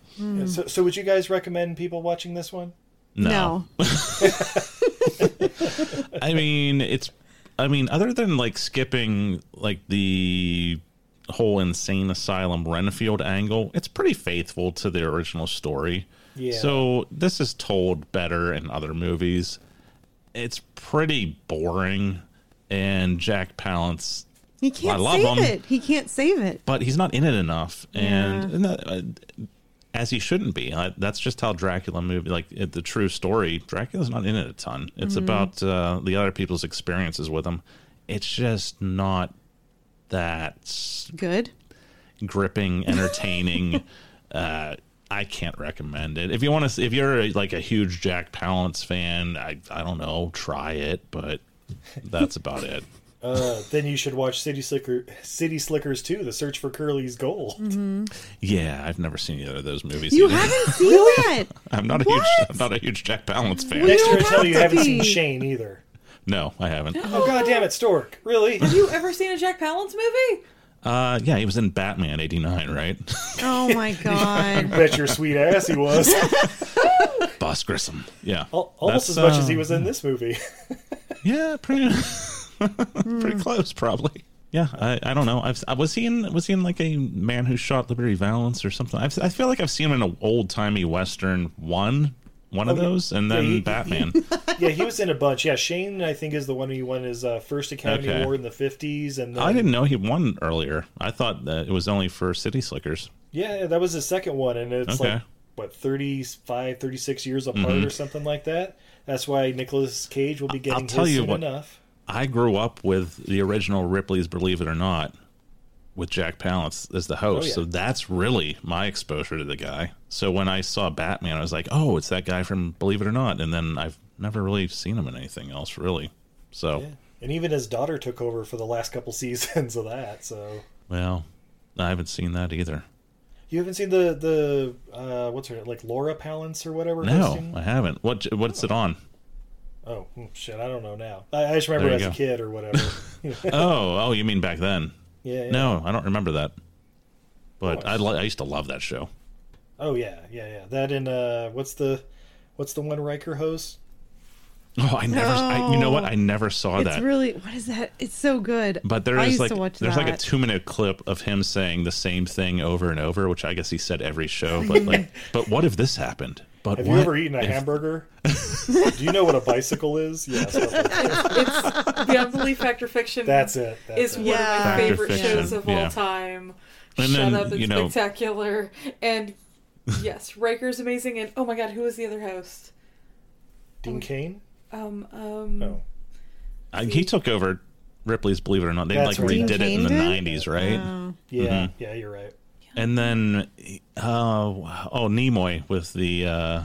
so, so would you guys recommend people watching this one? No. I mean, it's. I mean, other than like skipping like the whole insane asylum Renfield angle, it's pretty faithful to the original story. Yeah. So this is told better in other movies. It's pretty boring, and Jack Palance He can't love save him. it. He can't save it. but he's not in it enough. And, and that- uh, as he shouldn't be. I, that's just how Dracula movie, like it, the true story. Dracula's not in it a ton. It's Mm-hmm. about uh, the other people's experiences with him. It's just not that s- Good. gripping, entertaining. uh, I can't recommend it. If you want to, if you're a, like a huge Jack Palance fan, I I don't know, try it, but that's about it. Uh, then you should watch City Slicker, City Slickers 2, The Search for Curly's Gold. Mm. Yeah, I've never seen either of those movies. You either. haven't seen that. I'm not a huge, What? I'm not a huge Jack Palance fan. Next don't year, tell have me you to haven't seen be. Shane either. No, I haven't. Oh, God damn it, Stork. Really? Have you ever seen a Jack Palance movie? Uh, yeah, he was in Batman '89, right? Oh my god. Bet your sweet ass he was. Boss Grissom. Yeah, Al- Almost as That's, much as he uh, was in this movie. Yeah, pretty, Hmm. pretty close, probably. Yeah, I, I don't know. I've I- was he in was he in like a man who shot Liberty Valance or something? I've, I feel like I've seen him in an old timey western one one of Oh, yeah. those, and then Yeah, he- Batman. yeah, he was in a bunch. Yeah, Shane, I think, is the one who won his uh, first Academy Okay. Award in the 50s. And then, I didn't know he won earlier. I thought that it was only for City Slickers. Yeah, that was his second one. And it's Okay. Mm-hmm. like, what, 35, 36 years apart or something like that? That's why Nicolas Cage will be getting tell his you soon what- enough. I grew up with the original Ripley's Believe It or Not with Jack Palance as the host. Oh, yeah. So that's really my exposure to the guy. So when I saw Batman, I was like, oh, it's that guy from Believe It or Not. And then I've never really seen him in anything else, really. So, And even his daughter took over for the last couple seasons of that. So well, I haven't seen that either. you haven't seen the the uh, what's her like Laura Palance or whatever? No, hosting? I haven't. What What's it on? Oh hmm, shit, I don't know now. I, I just remember There as you a go. kid or whatever. Oh, oh, you mean back then? yeah, Oh, yeah. No, I don't remember that. But I, li- I used to love that show. Oh yeah, yeah, yeah. That and uh, what's the what's the one Riker hosts? Oh, I never. I, you know what? I never saw It's that. really what is that? It's so good. But there I is used like to watch there's that. like a two minute clip of him saying the same thing over and over, which I guess he said every show. But like, but what if this happened? But Have what you ever eaten a if- hamburger? Do you know what a bicycle is? Yeah, stuff like that. It's beyond belief factor fiction. that's it. That's Is it. one of Yeah. my Factor favorite fiction, shows of yeah. all time. And Shut then, up and you know- spectacular. And yes, Riker's amazing. And oh my god, who was the other host? Dean Kane. Um, um, No, Mm-hmm. I- he took over Ripley's Believe It or Not. They That's like right. redid it in Dean the Kane did? '90s, right? Oh. yeah, yeah, you're right. And then, uh, oh, Nimoy with the uh,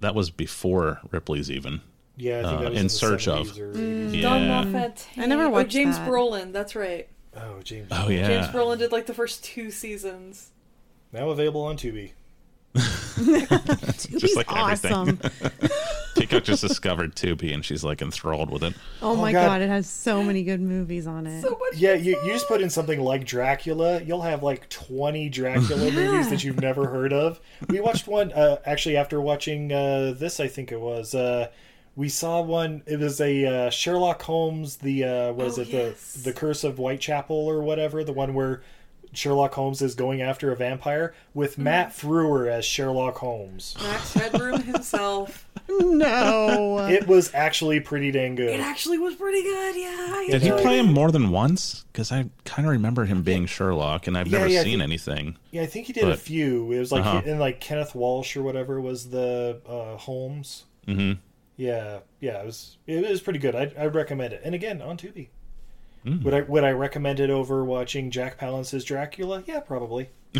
that was before Ripley's even. Yeah, I think Uh, that was in the search of. 70s or 80s. Don Yeah. LaFontaine. I never Oh, watched James that. Brolin. That's right. Oh, James. Oh yeah. James Brolin did like the first two seasons. Now available on Tubi. He's like everything. awesome. Peacock just discovered Tubi, and she's like enthralled with it. Oh my God. god. it has so many good movies on it. So much. Yeah, you, you just put in something like Dracula, you'll have like 20 Dracula movies that you've never heard of. We watched one, uh, actually, after watching uh, this, I think it was. Uh, we saw one, it was a uh, Sherlock Holmes, the, uh, what is Oh, it, yes. the, the Curse of Whitechapel or whatever, the one where Sherlock Holmes is going after a vampire with Matt Mm. Frewer as Sherlock Holmes. Max Headroom himself. no. It was actually pretty dang good. It actually was pretty good. Yeah. I Did he enjoyed play it. him more than once? Because I kind of remember him being Sherlock, and I've Yeah, never yeah, I seen think- anything. Yeah, I think he did a But- few. It was like Uh-huh. and like Kenneth Walsh or whatever was the uh, Holmes. Mm-hmm. Yeah, yeah, it was it was pretty good. I I recommend it. And again, on Tubi. Mm. Would I would I recommend it over watching Jack Palance's Dracula? Yeah, probably.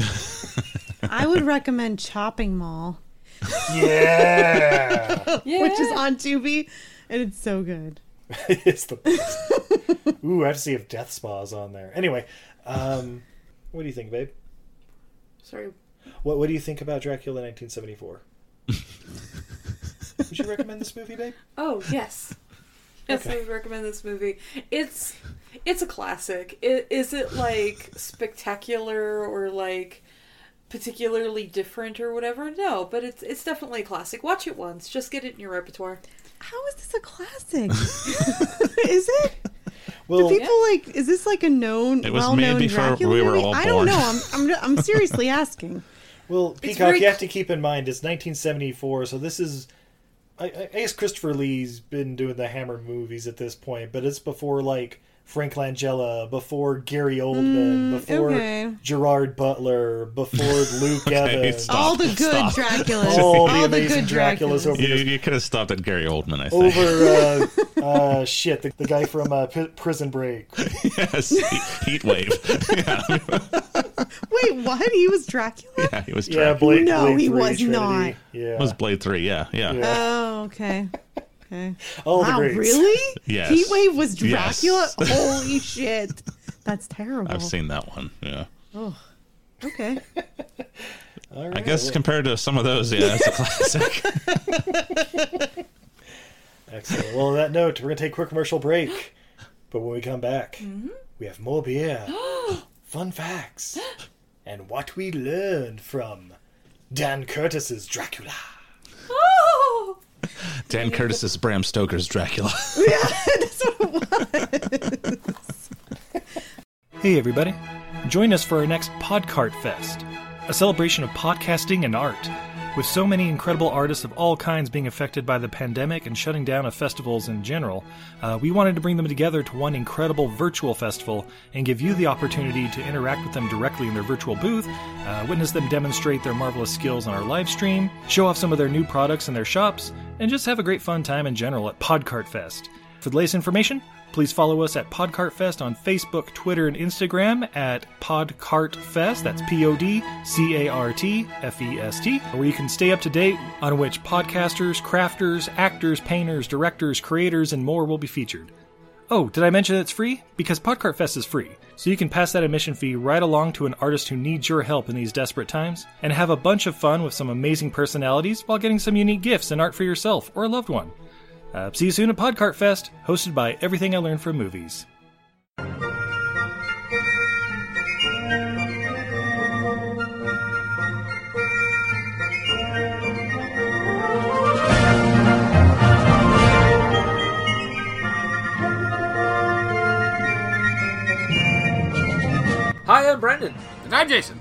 I would recommend Chopping Mall, Yeah, Yeah. which is on Tubi, and it's so good. it's the best. Ooh, I have to see if Death Spa is on there. Anyway, um, what do you think, babe? Sorry. What what do you think about Dracula 1974? Would you recommend this movie, babe? Oh yes, yes, I would recommend this movie. It's it's a classic. I is it like spectacular or like particularly different or whatever? No, but it's it's definitely a classic. Watch it once. Just get it in your repertoire. How is this a classic? is it? Well, People like, is this like a known, It was well-known made before Dracula we were movie? all I born. don't know. I'm, I'm, I'm seriously asking. Well, Peacock, very you have to keep in mind it's 1974, so this is. I, I guess Christopher Lee's been doing the Hammer movies at this point, but it's before like Frank Langella, before Gary Oldman, before Mm, okay. Gerard Butler, before Luke Evans. stop. all the good stop. Draculas. All the the amazing good Draculas over You, you could have stopped at Gary Oldman, I think. Over uh, uh, shit, the, the guy from uh, P- Prison Break. yes, he- heat wave. Wait, what? He was Dracula? yeah, he was. Yeah, Yeah, Blade. No, Blade he Three, was Trinity. not. Yeah. was Blade Three. Yeah, yeah, Yeah. Oh, okay. Okay. All the wow, greats. really? Yes. Heatwave was Dracula? Yes. Holy shit. That's terrible. I've seen that one. Yeah, Okay. All right. I guess compared to some of those, yeah, it's a classic. Excellent. Well, on that note, we're going to take a quick commercial break. But when we come back, we have more beer, fun facts, and what we learned from Dan Curtis's Dracula. Oh! Dan Curtis's Bram Stoker's Dracula. Hey, everybody. Join us for our next Podcart Fest, a celebration of podcasting and art. With so many incredible artists of all kinds being affected by the pandemic and shutting down of festivals in general, uh, we wanted to bring them together to one incredible virtual festival and give you the opportunity to interact with them directly in their virtual booth, uh, witness them demonstrate their marvelous skills on our live stream, show off some of their new products in their shops, and just have a great fun time in general at Podcart Fest. For the latest information, please follow us at Podcart Fest on Facebook, Twitter, and Instagram at Podcart Fest. That's P O D C A R T F E S T, where you can stay up to date on which podcasters, crafters, actors, painters, directors, creators, and more will be featured. Oh, did I mention it's free? Because Podcart Fest is free, so you can pass that admission fee right along to an artist who needs your help in these desperate times and have a bunch of fun with some amazing personalities while getting some unique gifts and art for yourself or a loved one. Uh, see you soon at Podcart Fest, hosted by Everything I Learned from Movies. Hi, I'm Brendan, And I'm Jason.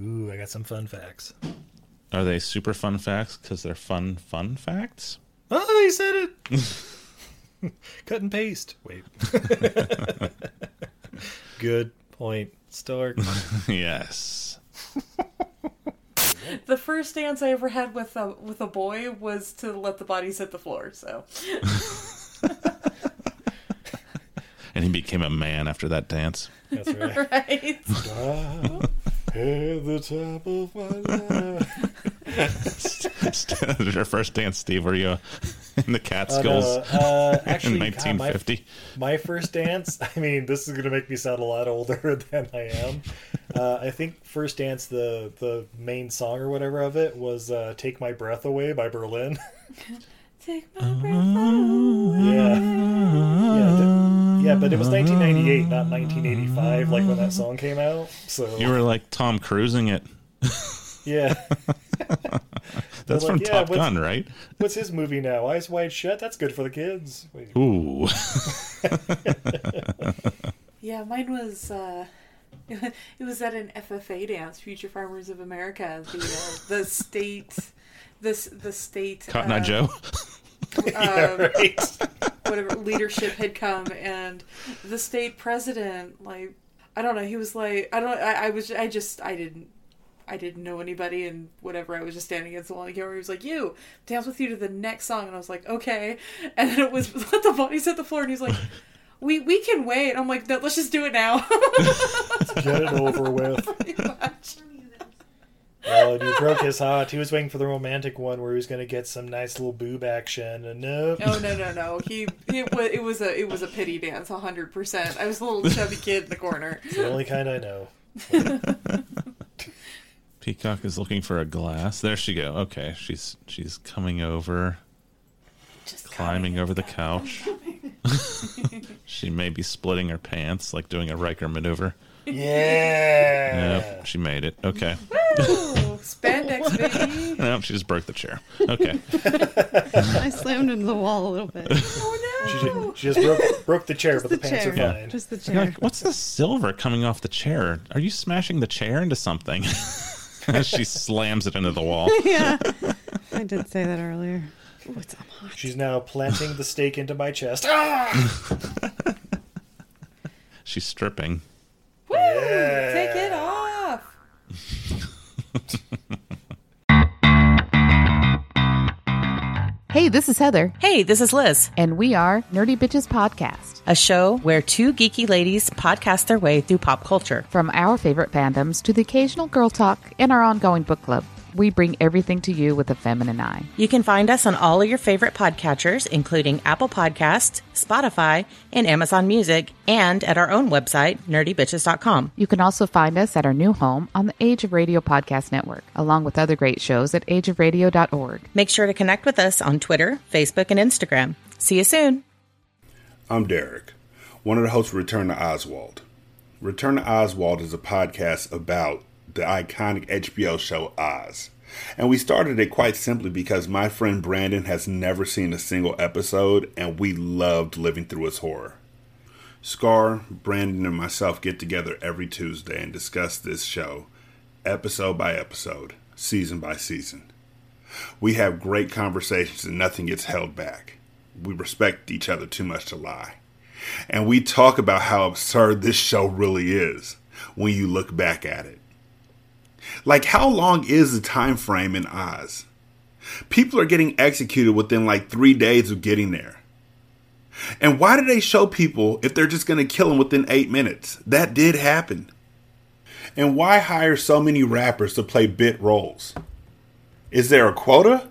Ooh, I got some fun facts. Are they super fun facts? Because they're fun, fun facts. Oh, he said it. Cut and paste. Wait. Good point, Stark. yes. The first dance I ever had with a with a boy was to let the bodies hit the floor. So And he became a man after that dance. That's right. right, At the top of my life. Your first dance, Steve. Were you in the Uh, Catskills no, uh, in actually, God, my, 1950? my first dance, I mean, this is going to make me sound a lot older than I am. Uh, I think First Dance, the, the main song or whatever of it, was uh, Take My Breath Away by Berlin. take my breath away. Yeah. Yeah, th- yeah, but it was 1998, not 1985, like when that song came out. So You were like Tom Cruising it. yeah, That's like, from yeah, Top what's- Gun, right? what's his movie now? Eyes Wide Shut. That's good for the kids. Wait, Ooh. Yeah, mine was. Uh, it was at an FFA dance, Future Farmers of America, the uh, the state, this the state Cotton Eye uh, Joe. right. whatever leadership had come and the state president like i don't know he was like i don't i, I was i just i didn't I didn't know anybody, and whatever. I was just standing against the wall. And he was like, "You dance with you to the next song," and I was like, "Okay." And then it was let the bodies hit the floor, and he's like, "We we can wait." I'm like, "No, let's just do it now." Get it over with. Pretty much. Oh, and you broke his heart. He was waiting for the romantic one where he was going to get some nice little boob action, and no, No, Oh, no, no, no. He it was it was a it was a pity dance, hundred percent. I was a little chubby kid in the corner. it's the only kind I know. Peacock is looking for a glass. There she go. Okay, she's she's coming over, Just climbing over the couch. She may be splitting her pants, like doing a Riker maneuver. Yeah. Nope, she made it. Okay. Woo! Spandex, baby. Nope, she just broke the chair. Okay. I slammed into the wall a little bit. She just, she just broke, broke the chair, but the, the pants chair. are Yeah. fine. Just the You're chair. like, what's the silver coming off the chair? Are you smashing the chair into something? As she slams it into the wall. yeah. I did say that earlier. Ooh, it's I'm hot. She's now planting the stake into my chest. Ah! She's stripping. Woo! Take it off. Hey, this is Heather, Hey, this is Liz, and we are Nerdy Bitches Podcast. a show where two geeky ladies podcast their way through pop culture. From our favorite fandoms to the occasional girl talk and our ongoing book club, we bring everything to you with a feminine eye. You can find us on all of your favorite podcatchers, including Apple Podcasts, Spotify, and Amazon Music, and at our own website, nerdybitches.com. You can also find us at our new home on the Age of Radio Podcast Network, along with other great shows at ageofradio.org. Make sure to connect with us on Twitter, Facebook, and Instagram. See you soon. I'm Derek, one of the hosts of Return to Oswald. Return to Oswald is a podcast about the iconic HBO show Oz. And we started it quite simply because my friend Brandon has never seen a single episode, and we loved living through its horror. Scar, Brandon, and myself get together every Tuesday and discuss this show, episode by episode, season by season. We have great conversations and nothing gets held back. We respect each other too much to lie. And we talk about how absurd this show really is when you look back at it. Like, how long is the time frame in Oz? People are getting executed within like three days of getting there. And why do they show people if they're just going to kill them within eight minutes? That did happen. And why hire so many rappers to play bit roles? Is there a quota?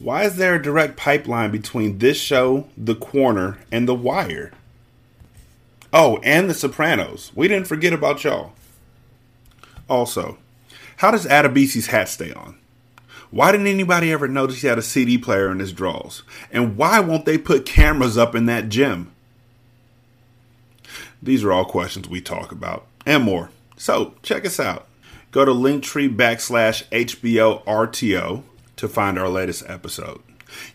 Why is there a direct pipeline between this show, The Corner, and The Wire? Oh, and The Sopranos. We didn't forget about y'all. Also, how does Adebisi's hat stay on? Why didn't anybody ever notice he had a CD player in his drawers? And why won't they put cameras up in that gym? These are all questions we talk about and more. So check us out. Go to linktree backslash HBO RTO to find our latest episode.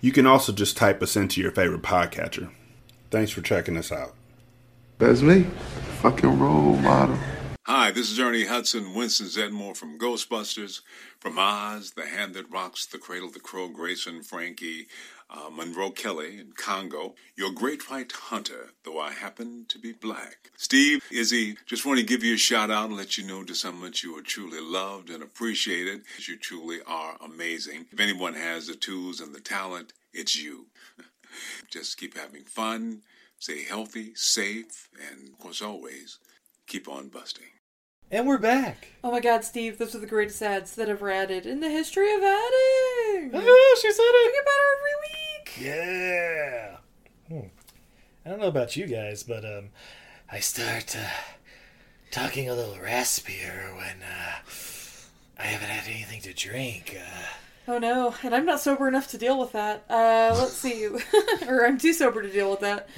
You can also just type us into your favorite podcatcher. Thanks for checking us out. That's me. Fucking role model. Hi, this is Ernie Hudson, Winston Zedmore from Ghostbusters, from Oz, The Hand That Rocks, The Cradle, The Crow, Grayson, Frankie, uh, Monroe Kelly, and Congo. Your great white hunter, though I happen to be black. Steve, Izzy, just want to give you a shout out and let you know just how much you are truly loved and appreciated. You truly are amazing. If anyone has the tools and the talent, it's you. just keep having fun, stay healthy, safe, and of course, always keep on busting. And we're back. Oh my god, Steve, those are the greatest ads that ever added in the history of adding. Oh, she said it. We get better every Yeah. week. Hmm. I don't know about you guys, but um, I start uh, talking a little raspier when uh, I haven't had anything to drink. Uh, Oh no, and I'm not sober enough to deal with that. Uh, let's see, or I'm too sober to deal with that.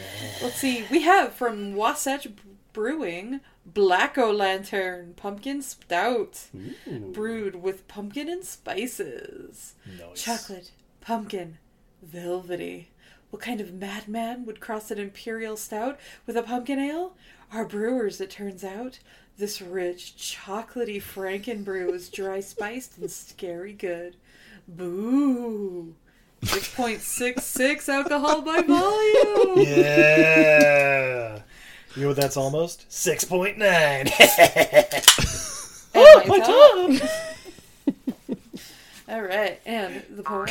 Let's see, we have from Wasatch Brewing Black O' Lantern Pumpkin Stout, brewed with pumpkin and spices, chocolate, pumpkin, velvety. What kind of madman would cross an imperial stout with a pumpkin ale? Our brewers, it turns out. This rich, chocolatey Frankenbrew is dry spiced and scary good. Boo! 6.66 alcohol by volume! yeah. You know what that's almost? 6.9. Oh, my tongue! Alright, and the pour?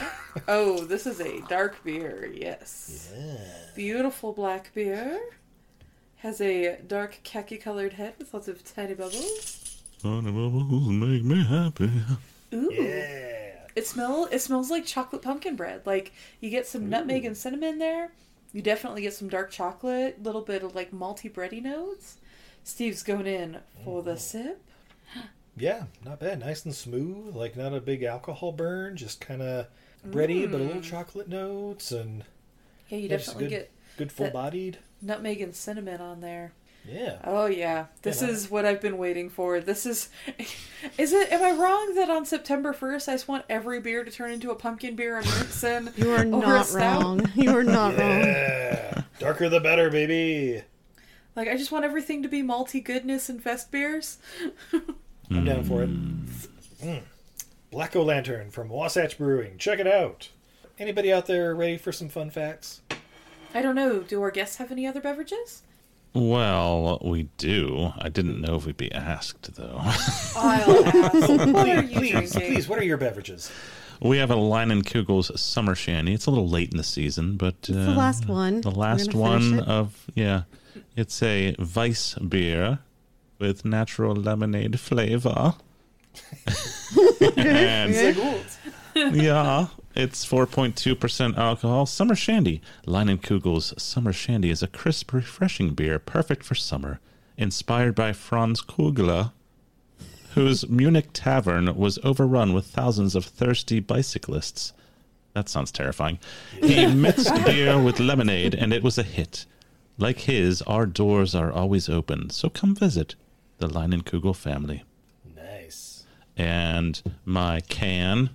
Oh, this is a dark beer, yes. Beautiful black beer. Has a dark khaki colored head with lots of tiny bubbles. Honey bubbles make me happy. Ooh. It smell it smells like chocolate pumpkin bread. Like you get some nutmeg and cinnamon there. You definitely get some dark chocolate, little bit of like malty bready notes. Steve's going in for the sip. yeah, not bad. Nice and smooth. Like, not a big alcohol burn. Just kind of bready, but a little Mm. chocolate notes. And Yeah, you Yeah, just definitely good- get Good full bodied. Nutmeg and cinnamon on there. Yeah. Oh yeah, this Yeah, no. is what I've been waiting for. This is, is it? Am I wrong that on September first, I just want every beer to turn into a pumpkin beer and Märzen? You are not wrong. You are not wrong. Yeah. Darker the better, baby. Like I just want everything to be malty goodness and fest beers. I'm down for it. Mm. Black O Lantern from Wasatch Brewing. Check it out. Anybody out there ready for some fun facts? I don't know. Do our guests have any other beverages? Well, we do. I didn't know if we'd be asked, though. I'll ask. What are you please, drinking? please, what are your beverages? we have a line in Kugel's Summer Shandy. It's a little late in the season, but. Uh, the last one. The We're last gonna finish one Oh, it. of. Yeah. It's a Weiss beer with natural lemonade flavor. and yeah, it's 4.2% alcohol. Summer Shandy. Leinenkugel's Summer Shandy is a crisp, refreshing beer perfect for summer, inspired by Franz Kugler, whose Munich tavern was overrun with thousands of thirsty bicyclists. That sounds terrifying. He mixed beer with lemonade, and it was a hit. Like his, our doors are always open, so come visit the Leinenkugel family Nice. and my can.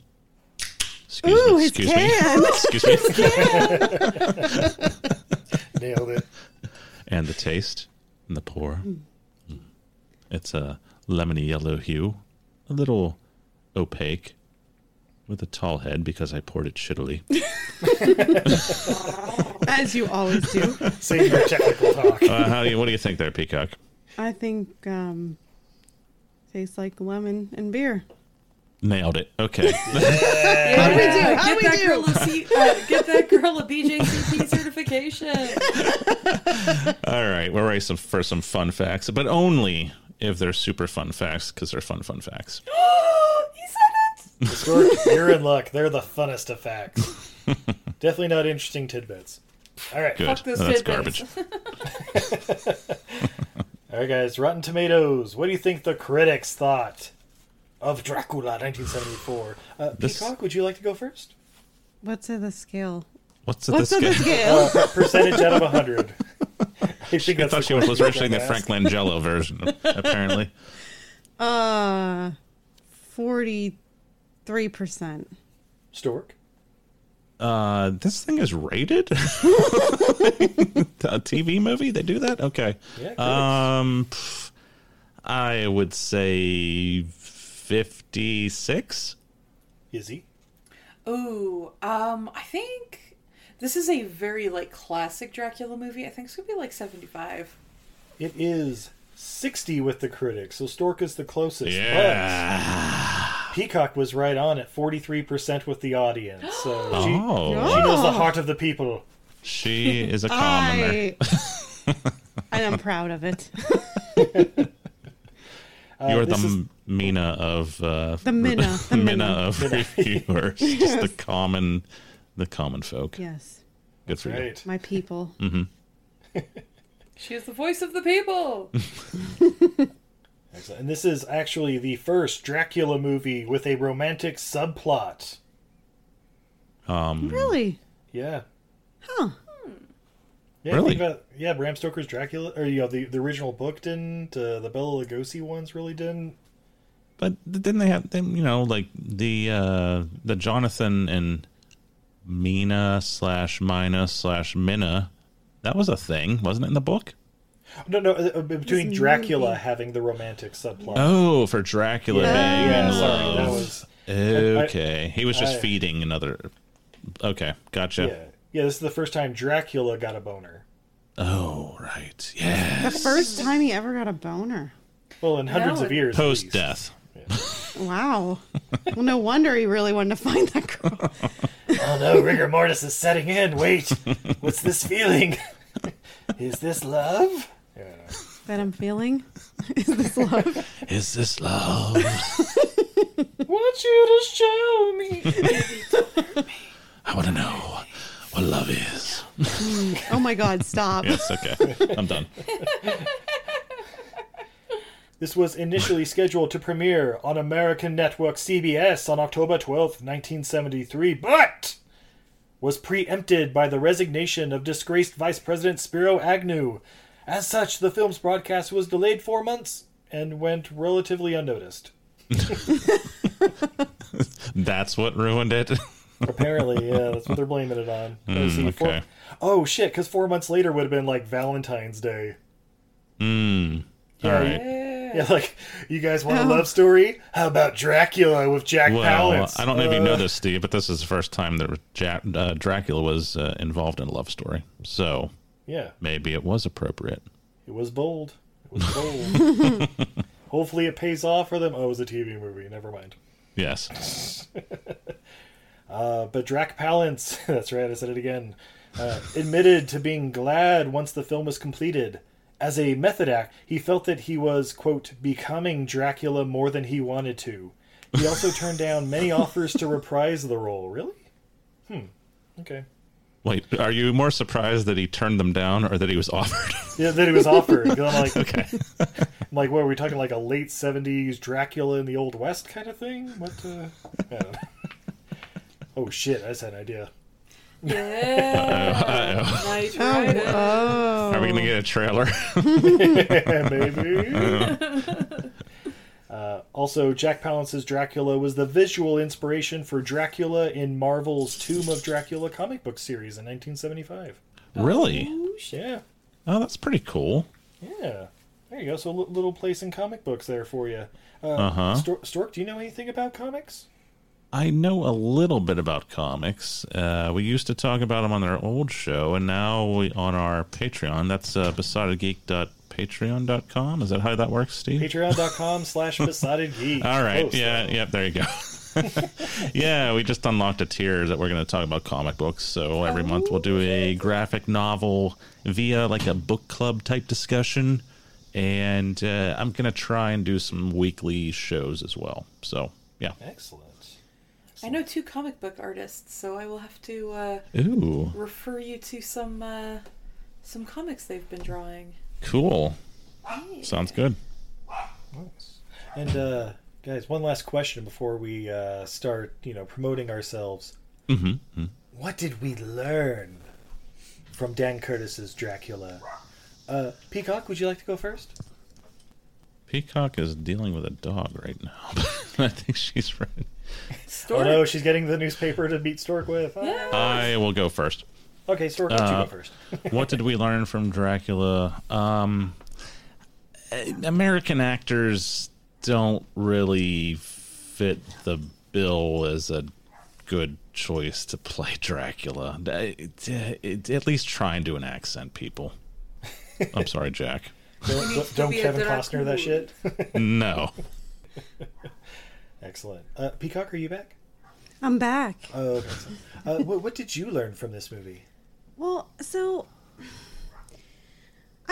Excuse Ooh, me. his Excuse can. me. excuse me. His can. Nailed it. And the taste and the pour. Mm. It's a lemony yellow hue, a little opaque, with a tall head because I poured it shittily. As you always do. Save your technical talk. Uh, how do you? What do you think there, Peacock? I think um, tastes like lemon and beer. Nailed it. Okay. How'd we do? Yeah, How'd get we that do? girl a C- uh, get that girl a BJCP certification. All right, we're ready some, for some fun facts, but only if they're super fun facts because they're fun fun facts. Historic, you're in luck. They're the funnest of facts. Definitely not interesting tidbits. All right. Good. Fuck those That's tidbits. All right, guys. Rotten Tomatoes. What do you think the critics thought of Dracula 1974? Uh, This- Peacock, would you like to go first? What's at the scale? What's at What's the at the scale? scale? Uh, percentage out of 100. I think I that's the thought she was question researching the I Frank asked. Langella version, apparently. Uh, forty-three percent. Stork. Uh, this thing is rated. a TV movie? They do that? Okay. Yeah, critics. um, pff, I would say fifty-six. Izzy. Ooh, um, I think this is a very like classic Dracula movie. I think it's gonna be like seventy-five. It is 60 with the critics, so Stork is the closest. But Peacock was right on at 43% with the audience. So she, Oh. she knows the heart of the people. She is a commoner. and I'm proud of it. Uh, You're the this is- m Mina of uh, The Minna, the Minna Minna. of reviewers, just the common, the common folk. Yes, Good for Right. my people. you. hmm She is the voice of the people. Excellent. And this is actually the first Dracula movie with a romantic subplot. Um, Really? Yeah. Huh? Yeah, Really? think about- yeah, Bram Stoker's Dracula, or you know, the, the original book didn't. Uh, the Bela Lugosi ones really didn't. But didn't they have them? You know, like the uh, the Jonathan and Mina slash Mina slash Minna. That was a thing, wasn't it, in the book? No, no, uh, uh, between This Dracula movie. having the romantic subplot. Oh, for Dracula Yeah, being yeah, in sorry, love. that was- okay, I- he was just I- feeding another. Okay, gotcha. Yeah, yeah. This is the first time Dracula got a boner. Oh, right. Yeah. The first time he ever got a boner. Well, in hundreds No, of it- years. at Post least. death. Wow. well, no wonder he really wanted to find that girl. Oh no, rigor mortis is setting in. Wait, what's this feeling? is this love? that I'm feeling. Is this love? Is this love? Want you to show me. I want to know what love is. Oh my God! Stop. Yes, okay. I'm done. This was initially scheduled to premiere on American network CBS on October 12th, 1973, but was preempted by the resignation of disgraced Vice President Spiro Agnew. As such, the film's broadcast was delayed four months and went relatively unnoticed. That's what ruined it. Apparently, yeah, that's what they're blaming it on. Mm, See, four- okay. oh shit, because four months later would have been like Valentine's Day. Mm. All Yeah, right. Yeah, like you guys want a love story? How about Dracula with Jack Well, Palance? I don't know if you Uh, know this, Steve, but this is the first time that ja- uh, Dracula was uh, involved in a love story. So Yeah. maybe it was appropriate. It was bold. It was bold. Hopefully, it pays off for them. Oh, it was a TV movie. Never mind. Yes. Uh, but Drac Palance, that's right, I said it again, uh, admitted to being glad once the film was completed. As a method act, he felt that he was, quote, becoming Dracula more than he wanted to. He also turned down many offers to reprise the role. Really? Hmm. Okay. Wait, are you more surprised that he turned them down or that he was offered? Yeah, then it was offered. 'cause I'm like, okay. I'm like, what are we talking like a late '70s Dracula in the Old West kind of thing? What? Uh, I don't know. Oh shit! I just had an idea. Yeah. Uh-oh. Night Oh, Rider. whoa. Are we going to get a trailer? Maybe. Uh, also, Jack Palance's Dracula was the visual inspiration for Dracula in Marvel's Tomb of Dracula comic book series in 1975. Really? Yeah, Oh, that's pretty cool. yeah. There you go. So, a li- little place in comic books there for you. Uh, Uh-huh. Stor- Stork, do you know anything about comics? I know a little bit about comics. Uh, we used to talk about them on our old show, and now we on our Patreon. That's uh, besottedgeek.patreon.com. Is that how that works, Steve? Patreon.com slash Besotted Geek. All right. Close. yeah. Yep. There you go. yeah, we just unlocked a tier that we're going to talk about comic books. So every month we'll do a graphic novel via like a book club type discussion, and uh, I'm going to try and do some weekly shows as well. So yeah. Excellent. I know two comic book artists, so I will have to uh, Ooh. refer you to some uh, some comics they've been drawing. Cool. Sounds good. And uh, guys, one last question before we uh, start, you know, promoting ourselves. Mm-hmm. What did we learn from Dan Curtis's Dracula? Uh, Peacock, would you like to go first? Peacock is dealing with a dog right now. I think she's ready. Oh no, she's getting the newspaper to beat Stork with. Ah. I will go first. Okay, Stork, why don't you Uh, go first? what did we learn from Dracula? Um, eh, American actors don't really fit the bill as a good choice to play Dracula. Eh, it- eh, it- at least try and do an accent, people. I'm sorry, Jack. Don't, needs to don't, don't be a Kevin Costner Dracula. that shit. no. Excellent. Uh, Peacock, are you back? I'm back. Oh, okay. So, uh, what, what did you learn from this movie? Well, so I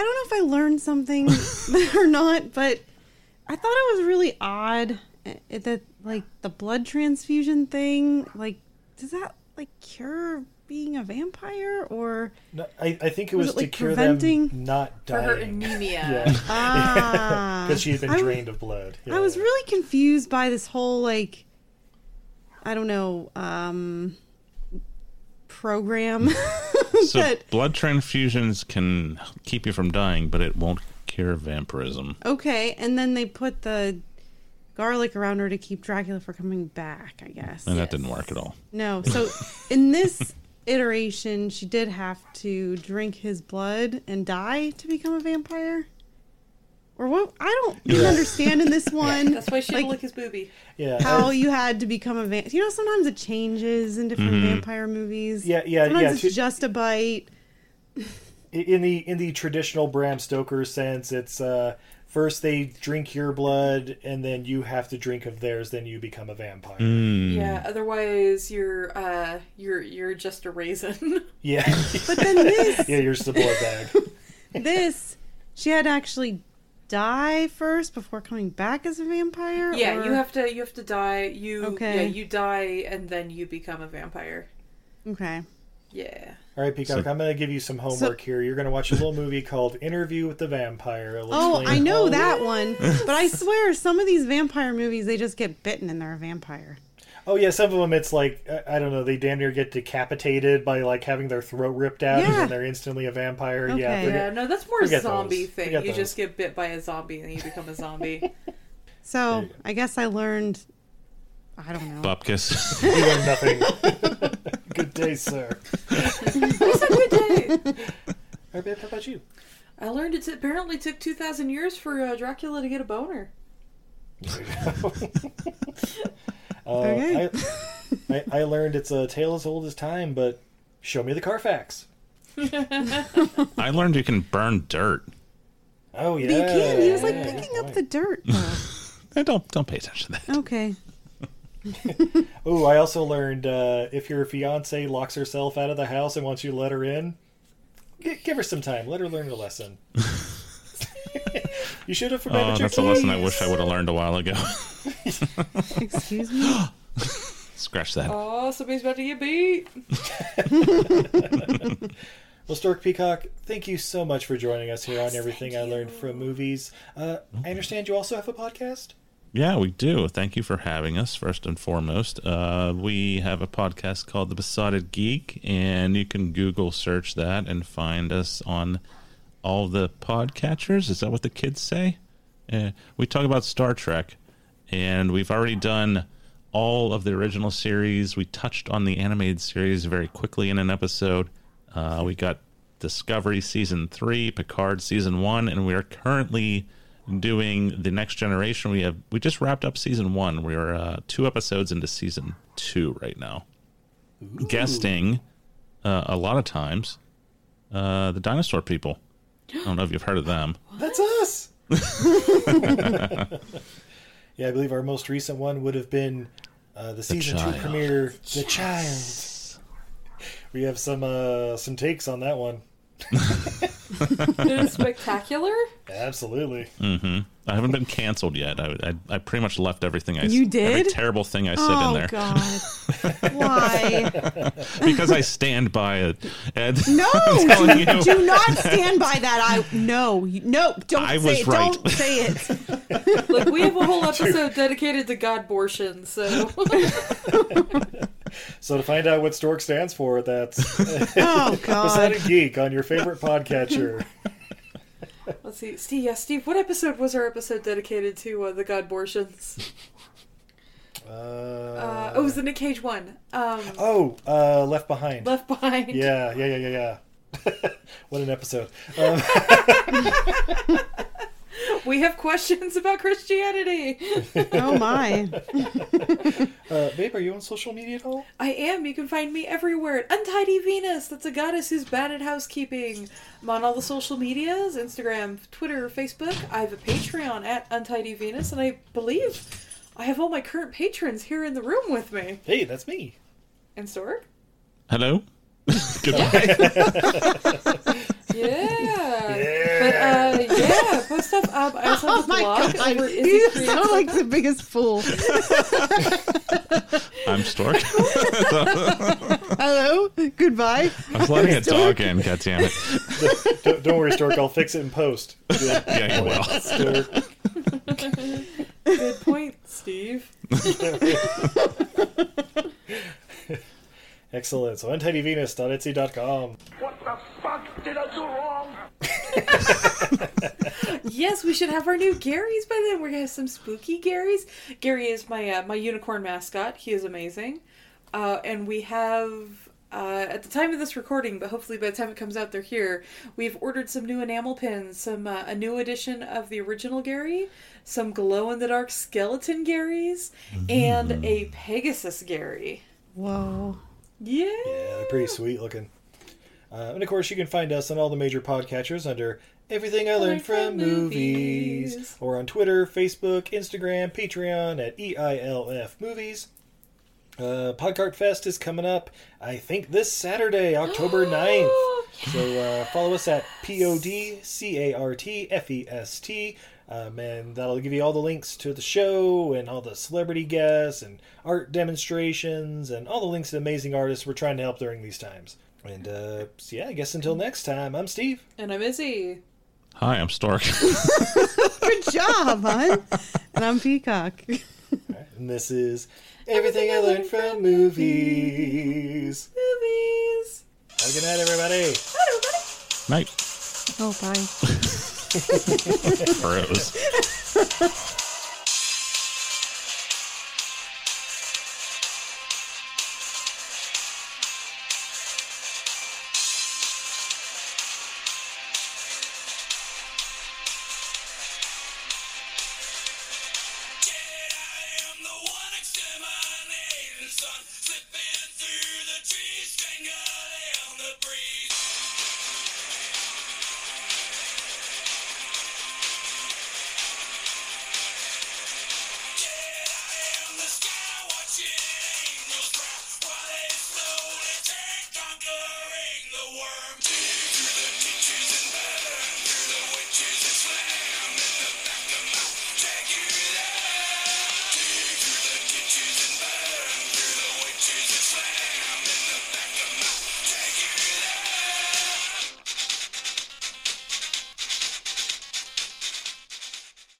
don't know if I learned something or not, but I thought it was really odd eh, that like the blood transfusion thing, like does that like cure being a vampire or No, I, I think it was, Was it, like, to cure preventing- them not For dying. her anemia. Yeah. Ah. Because she had been I was- drained of blood. Yeah. I was really confused by this whole like I don't know um program So that blood transfusions can keep you from dying, but it won't cure vampirism. Okay, and then they put the garlic around her to keep Dracula from coming back, I guess. And that didn't work at all. No, so in this iteration, she did have to drink his blood and die to become a vampire. Or what? I don't even understand in this one. That's why she had to like, lick his booby. Yeah. How I- you had to become a vampire. You know, sometimes it changes in different Mhm. Mm-hmm. vampire movies. Yeah, yeah, Sometimes yeah, it's she- just a bite. I- in the in the traditional Bram Stoker sense, it's uh, first they drink your blood, and then you have to drink of theirs, then you become a vampire. Yeah, otherwise you're uh, you're you're just a raisin. Yeah. But then this- yeah, you're just a blood bag. This, she had to actually die first before coming back as a vampire. yeah, you or- have to you have to die. You Okay. yeah, you die and then you become a vampire. Okay. Yeah. All right, Peacock, So- I'm going to give you some homework here. You're going to watch a little movie called Interview with the Vampire. It'll Oh, explain I know all- that one. But I swear, some of these vampire movies, they just get bitten and they're a vampire. Oh yeah, some of them it's like uh, I I don't know. They damn near get decapitated by like having their throat ripped out, and Yeah. then they're instantly a vampire. Yeah, yeah, forget- no, that's more a forget zombie those. thing. Forget You those. just get bit by a zombie and then you become a zombie. So I guess I learned. I don't know. Bupkis. You learned nothing. good day, sir. it's a good day. Arbib, how about you? I learned it apparently took 2,000 years for uh, Dracula to get a boner. Uh, Okay. I, I, I learned it's a tale as old as time, but show me the Carfax. I learned you can burn dirt. Oh yeah, But you can. He was like picking up the dirt. Eh, don't don't pay attention to Okay. Oh, I also learned uh, if your fiance locks herself out of the house and wants you to let her in, g- give her some time. Let her learn her lesson. you should have that. forbidden your oh, that's a lesson I keys. wish I would have learned a while ago. Excuse me. Uh, Scratch that. Oh, somebody's about to get beat. Well, Stork Peacock, thank you so much for joining us here on Everything I Learned from Movies. Uh, I understand you also have a podcast? Yeah, we do. Thank you for having us, first and foremost. Uh, we have a podcast called The Besotted Geek, and you can Google search that and find us on all the podcatchers. Is that what the kids say? Uh, we talk about Star Trek, and we've already done all of the original series. We touched on the animated series very quickly in an episode. Uh, we got Discovery season three, Picard season one, and we are currently doing the Next Generation. We have we just wrapped up season one. We are uh, two episodes into season two right now. Guesting uh, a lot of times uh, the dinosaur people. I don't know if you've heard of them. That's us! yeah, I believe our most recent one would have been uh, the season two Child. premiere, The Child. We have some uh, some takes on that one. It's spectacular. Absolutely. hmm I haven't been canceled yet. I, I, I pretty much left everything I s- You every did? terrible thing I said in oh there God. Why? because I stand by it. Ed, No, I'm telling you. do not stand by that. I no, you- no, don't I say was it. right. Don't say it. Look, we have a whole episode dedicated to Godbortion, so. So to find out what Stork stands for, that's Oh, God. Besotted Geek on your favorite podcatcher. Let's see. Steve, yeah, Steve, what episode was our episode dedicated to uh, the Godbortions? Uh, Uh, oh, it was the Nick Cage one. Um, oh, uh, Left Behind. Left Behind. Yeah, yeah, yeah, yeah, yeah. what an episode. Um, We have questions about Christianity. Oh my. uh, babe, are you on social media at all? I am. You can find me everywhere. at Untidy Venus. That's a goddess who's bad at housekeeping. I'm on all the social medias Instagram, Twitter, Facebook. I have a Patreon at Untidy Venus, and I believe I have all my current patrons here in the room with me. Hey, that's me. And Stork? Hello. Goodbye. Yeah. But, uh, yeah, post stuff up. I also have a Oh my blog God. over at You Izzy sound like the biggest fool. I'm Stork. Hello. Goodbye. I was letting a Stork. dog in. God damn it. don't, don't worry, Stork. I'll fix it in post. Good Yeah, you point, will. Stork. Good point, Steve. Excellent. So untidyvenus.etsy.com. What the fuck did I do wrong? yes, we should have our new Garys by then. We're gonna have some spooky Garys. Gary is my uh, my unicorn mascot. He is amazing, uh, and we have. Uh, at the time of this recording, but hopefully by the time it comes out, they're here. We've ordered some new enamel pins, some uh, a new edition of the original Gary, some glow in the dark skeleton Garys, and a Pegasus Gary. Whoa. Yeah. Yeah, they're pretty sweet looking. Uh, and of course, you can find us on all the major podcatchers under Everything I Learned from Movies. Or on Twitter, Facebook, Instagram, Patreon at E EILF Movies. Uh, Podcart Fest is coming up, I think, this Saturday, October 9th. So uh, follow us at P O D C A R T F E S T. Um, and that'll give you all the links to the show and all the celebrity guests and art demonstrations and all the links to amazing artists we're trying to help during these times. And uh, so yeah, I guess until next time, I'm Steve. And I'm Izzy. Hi, I'm Stork. Good job, hon. And I'm Peacock. And this is Everything, I Learned from Movies. Movies. Have a good night, everybody. Night. Oh, bye. Bros. Slowly take conquering the worm. Dig to the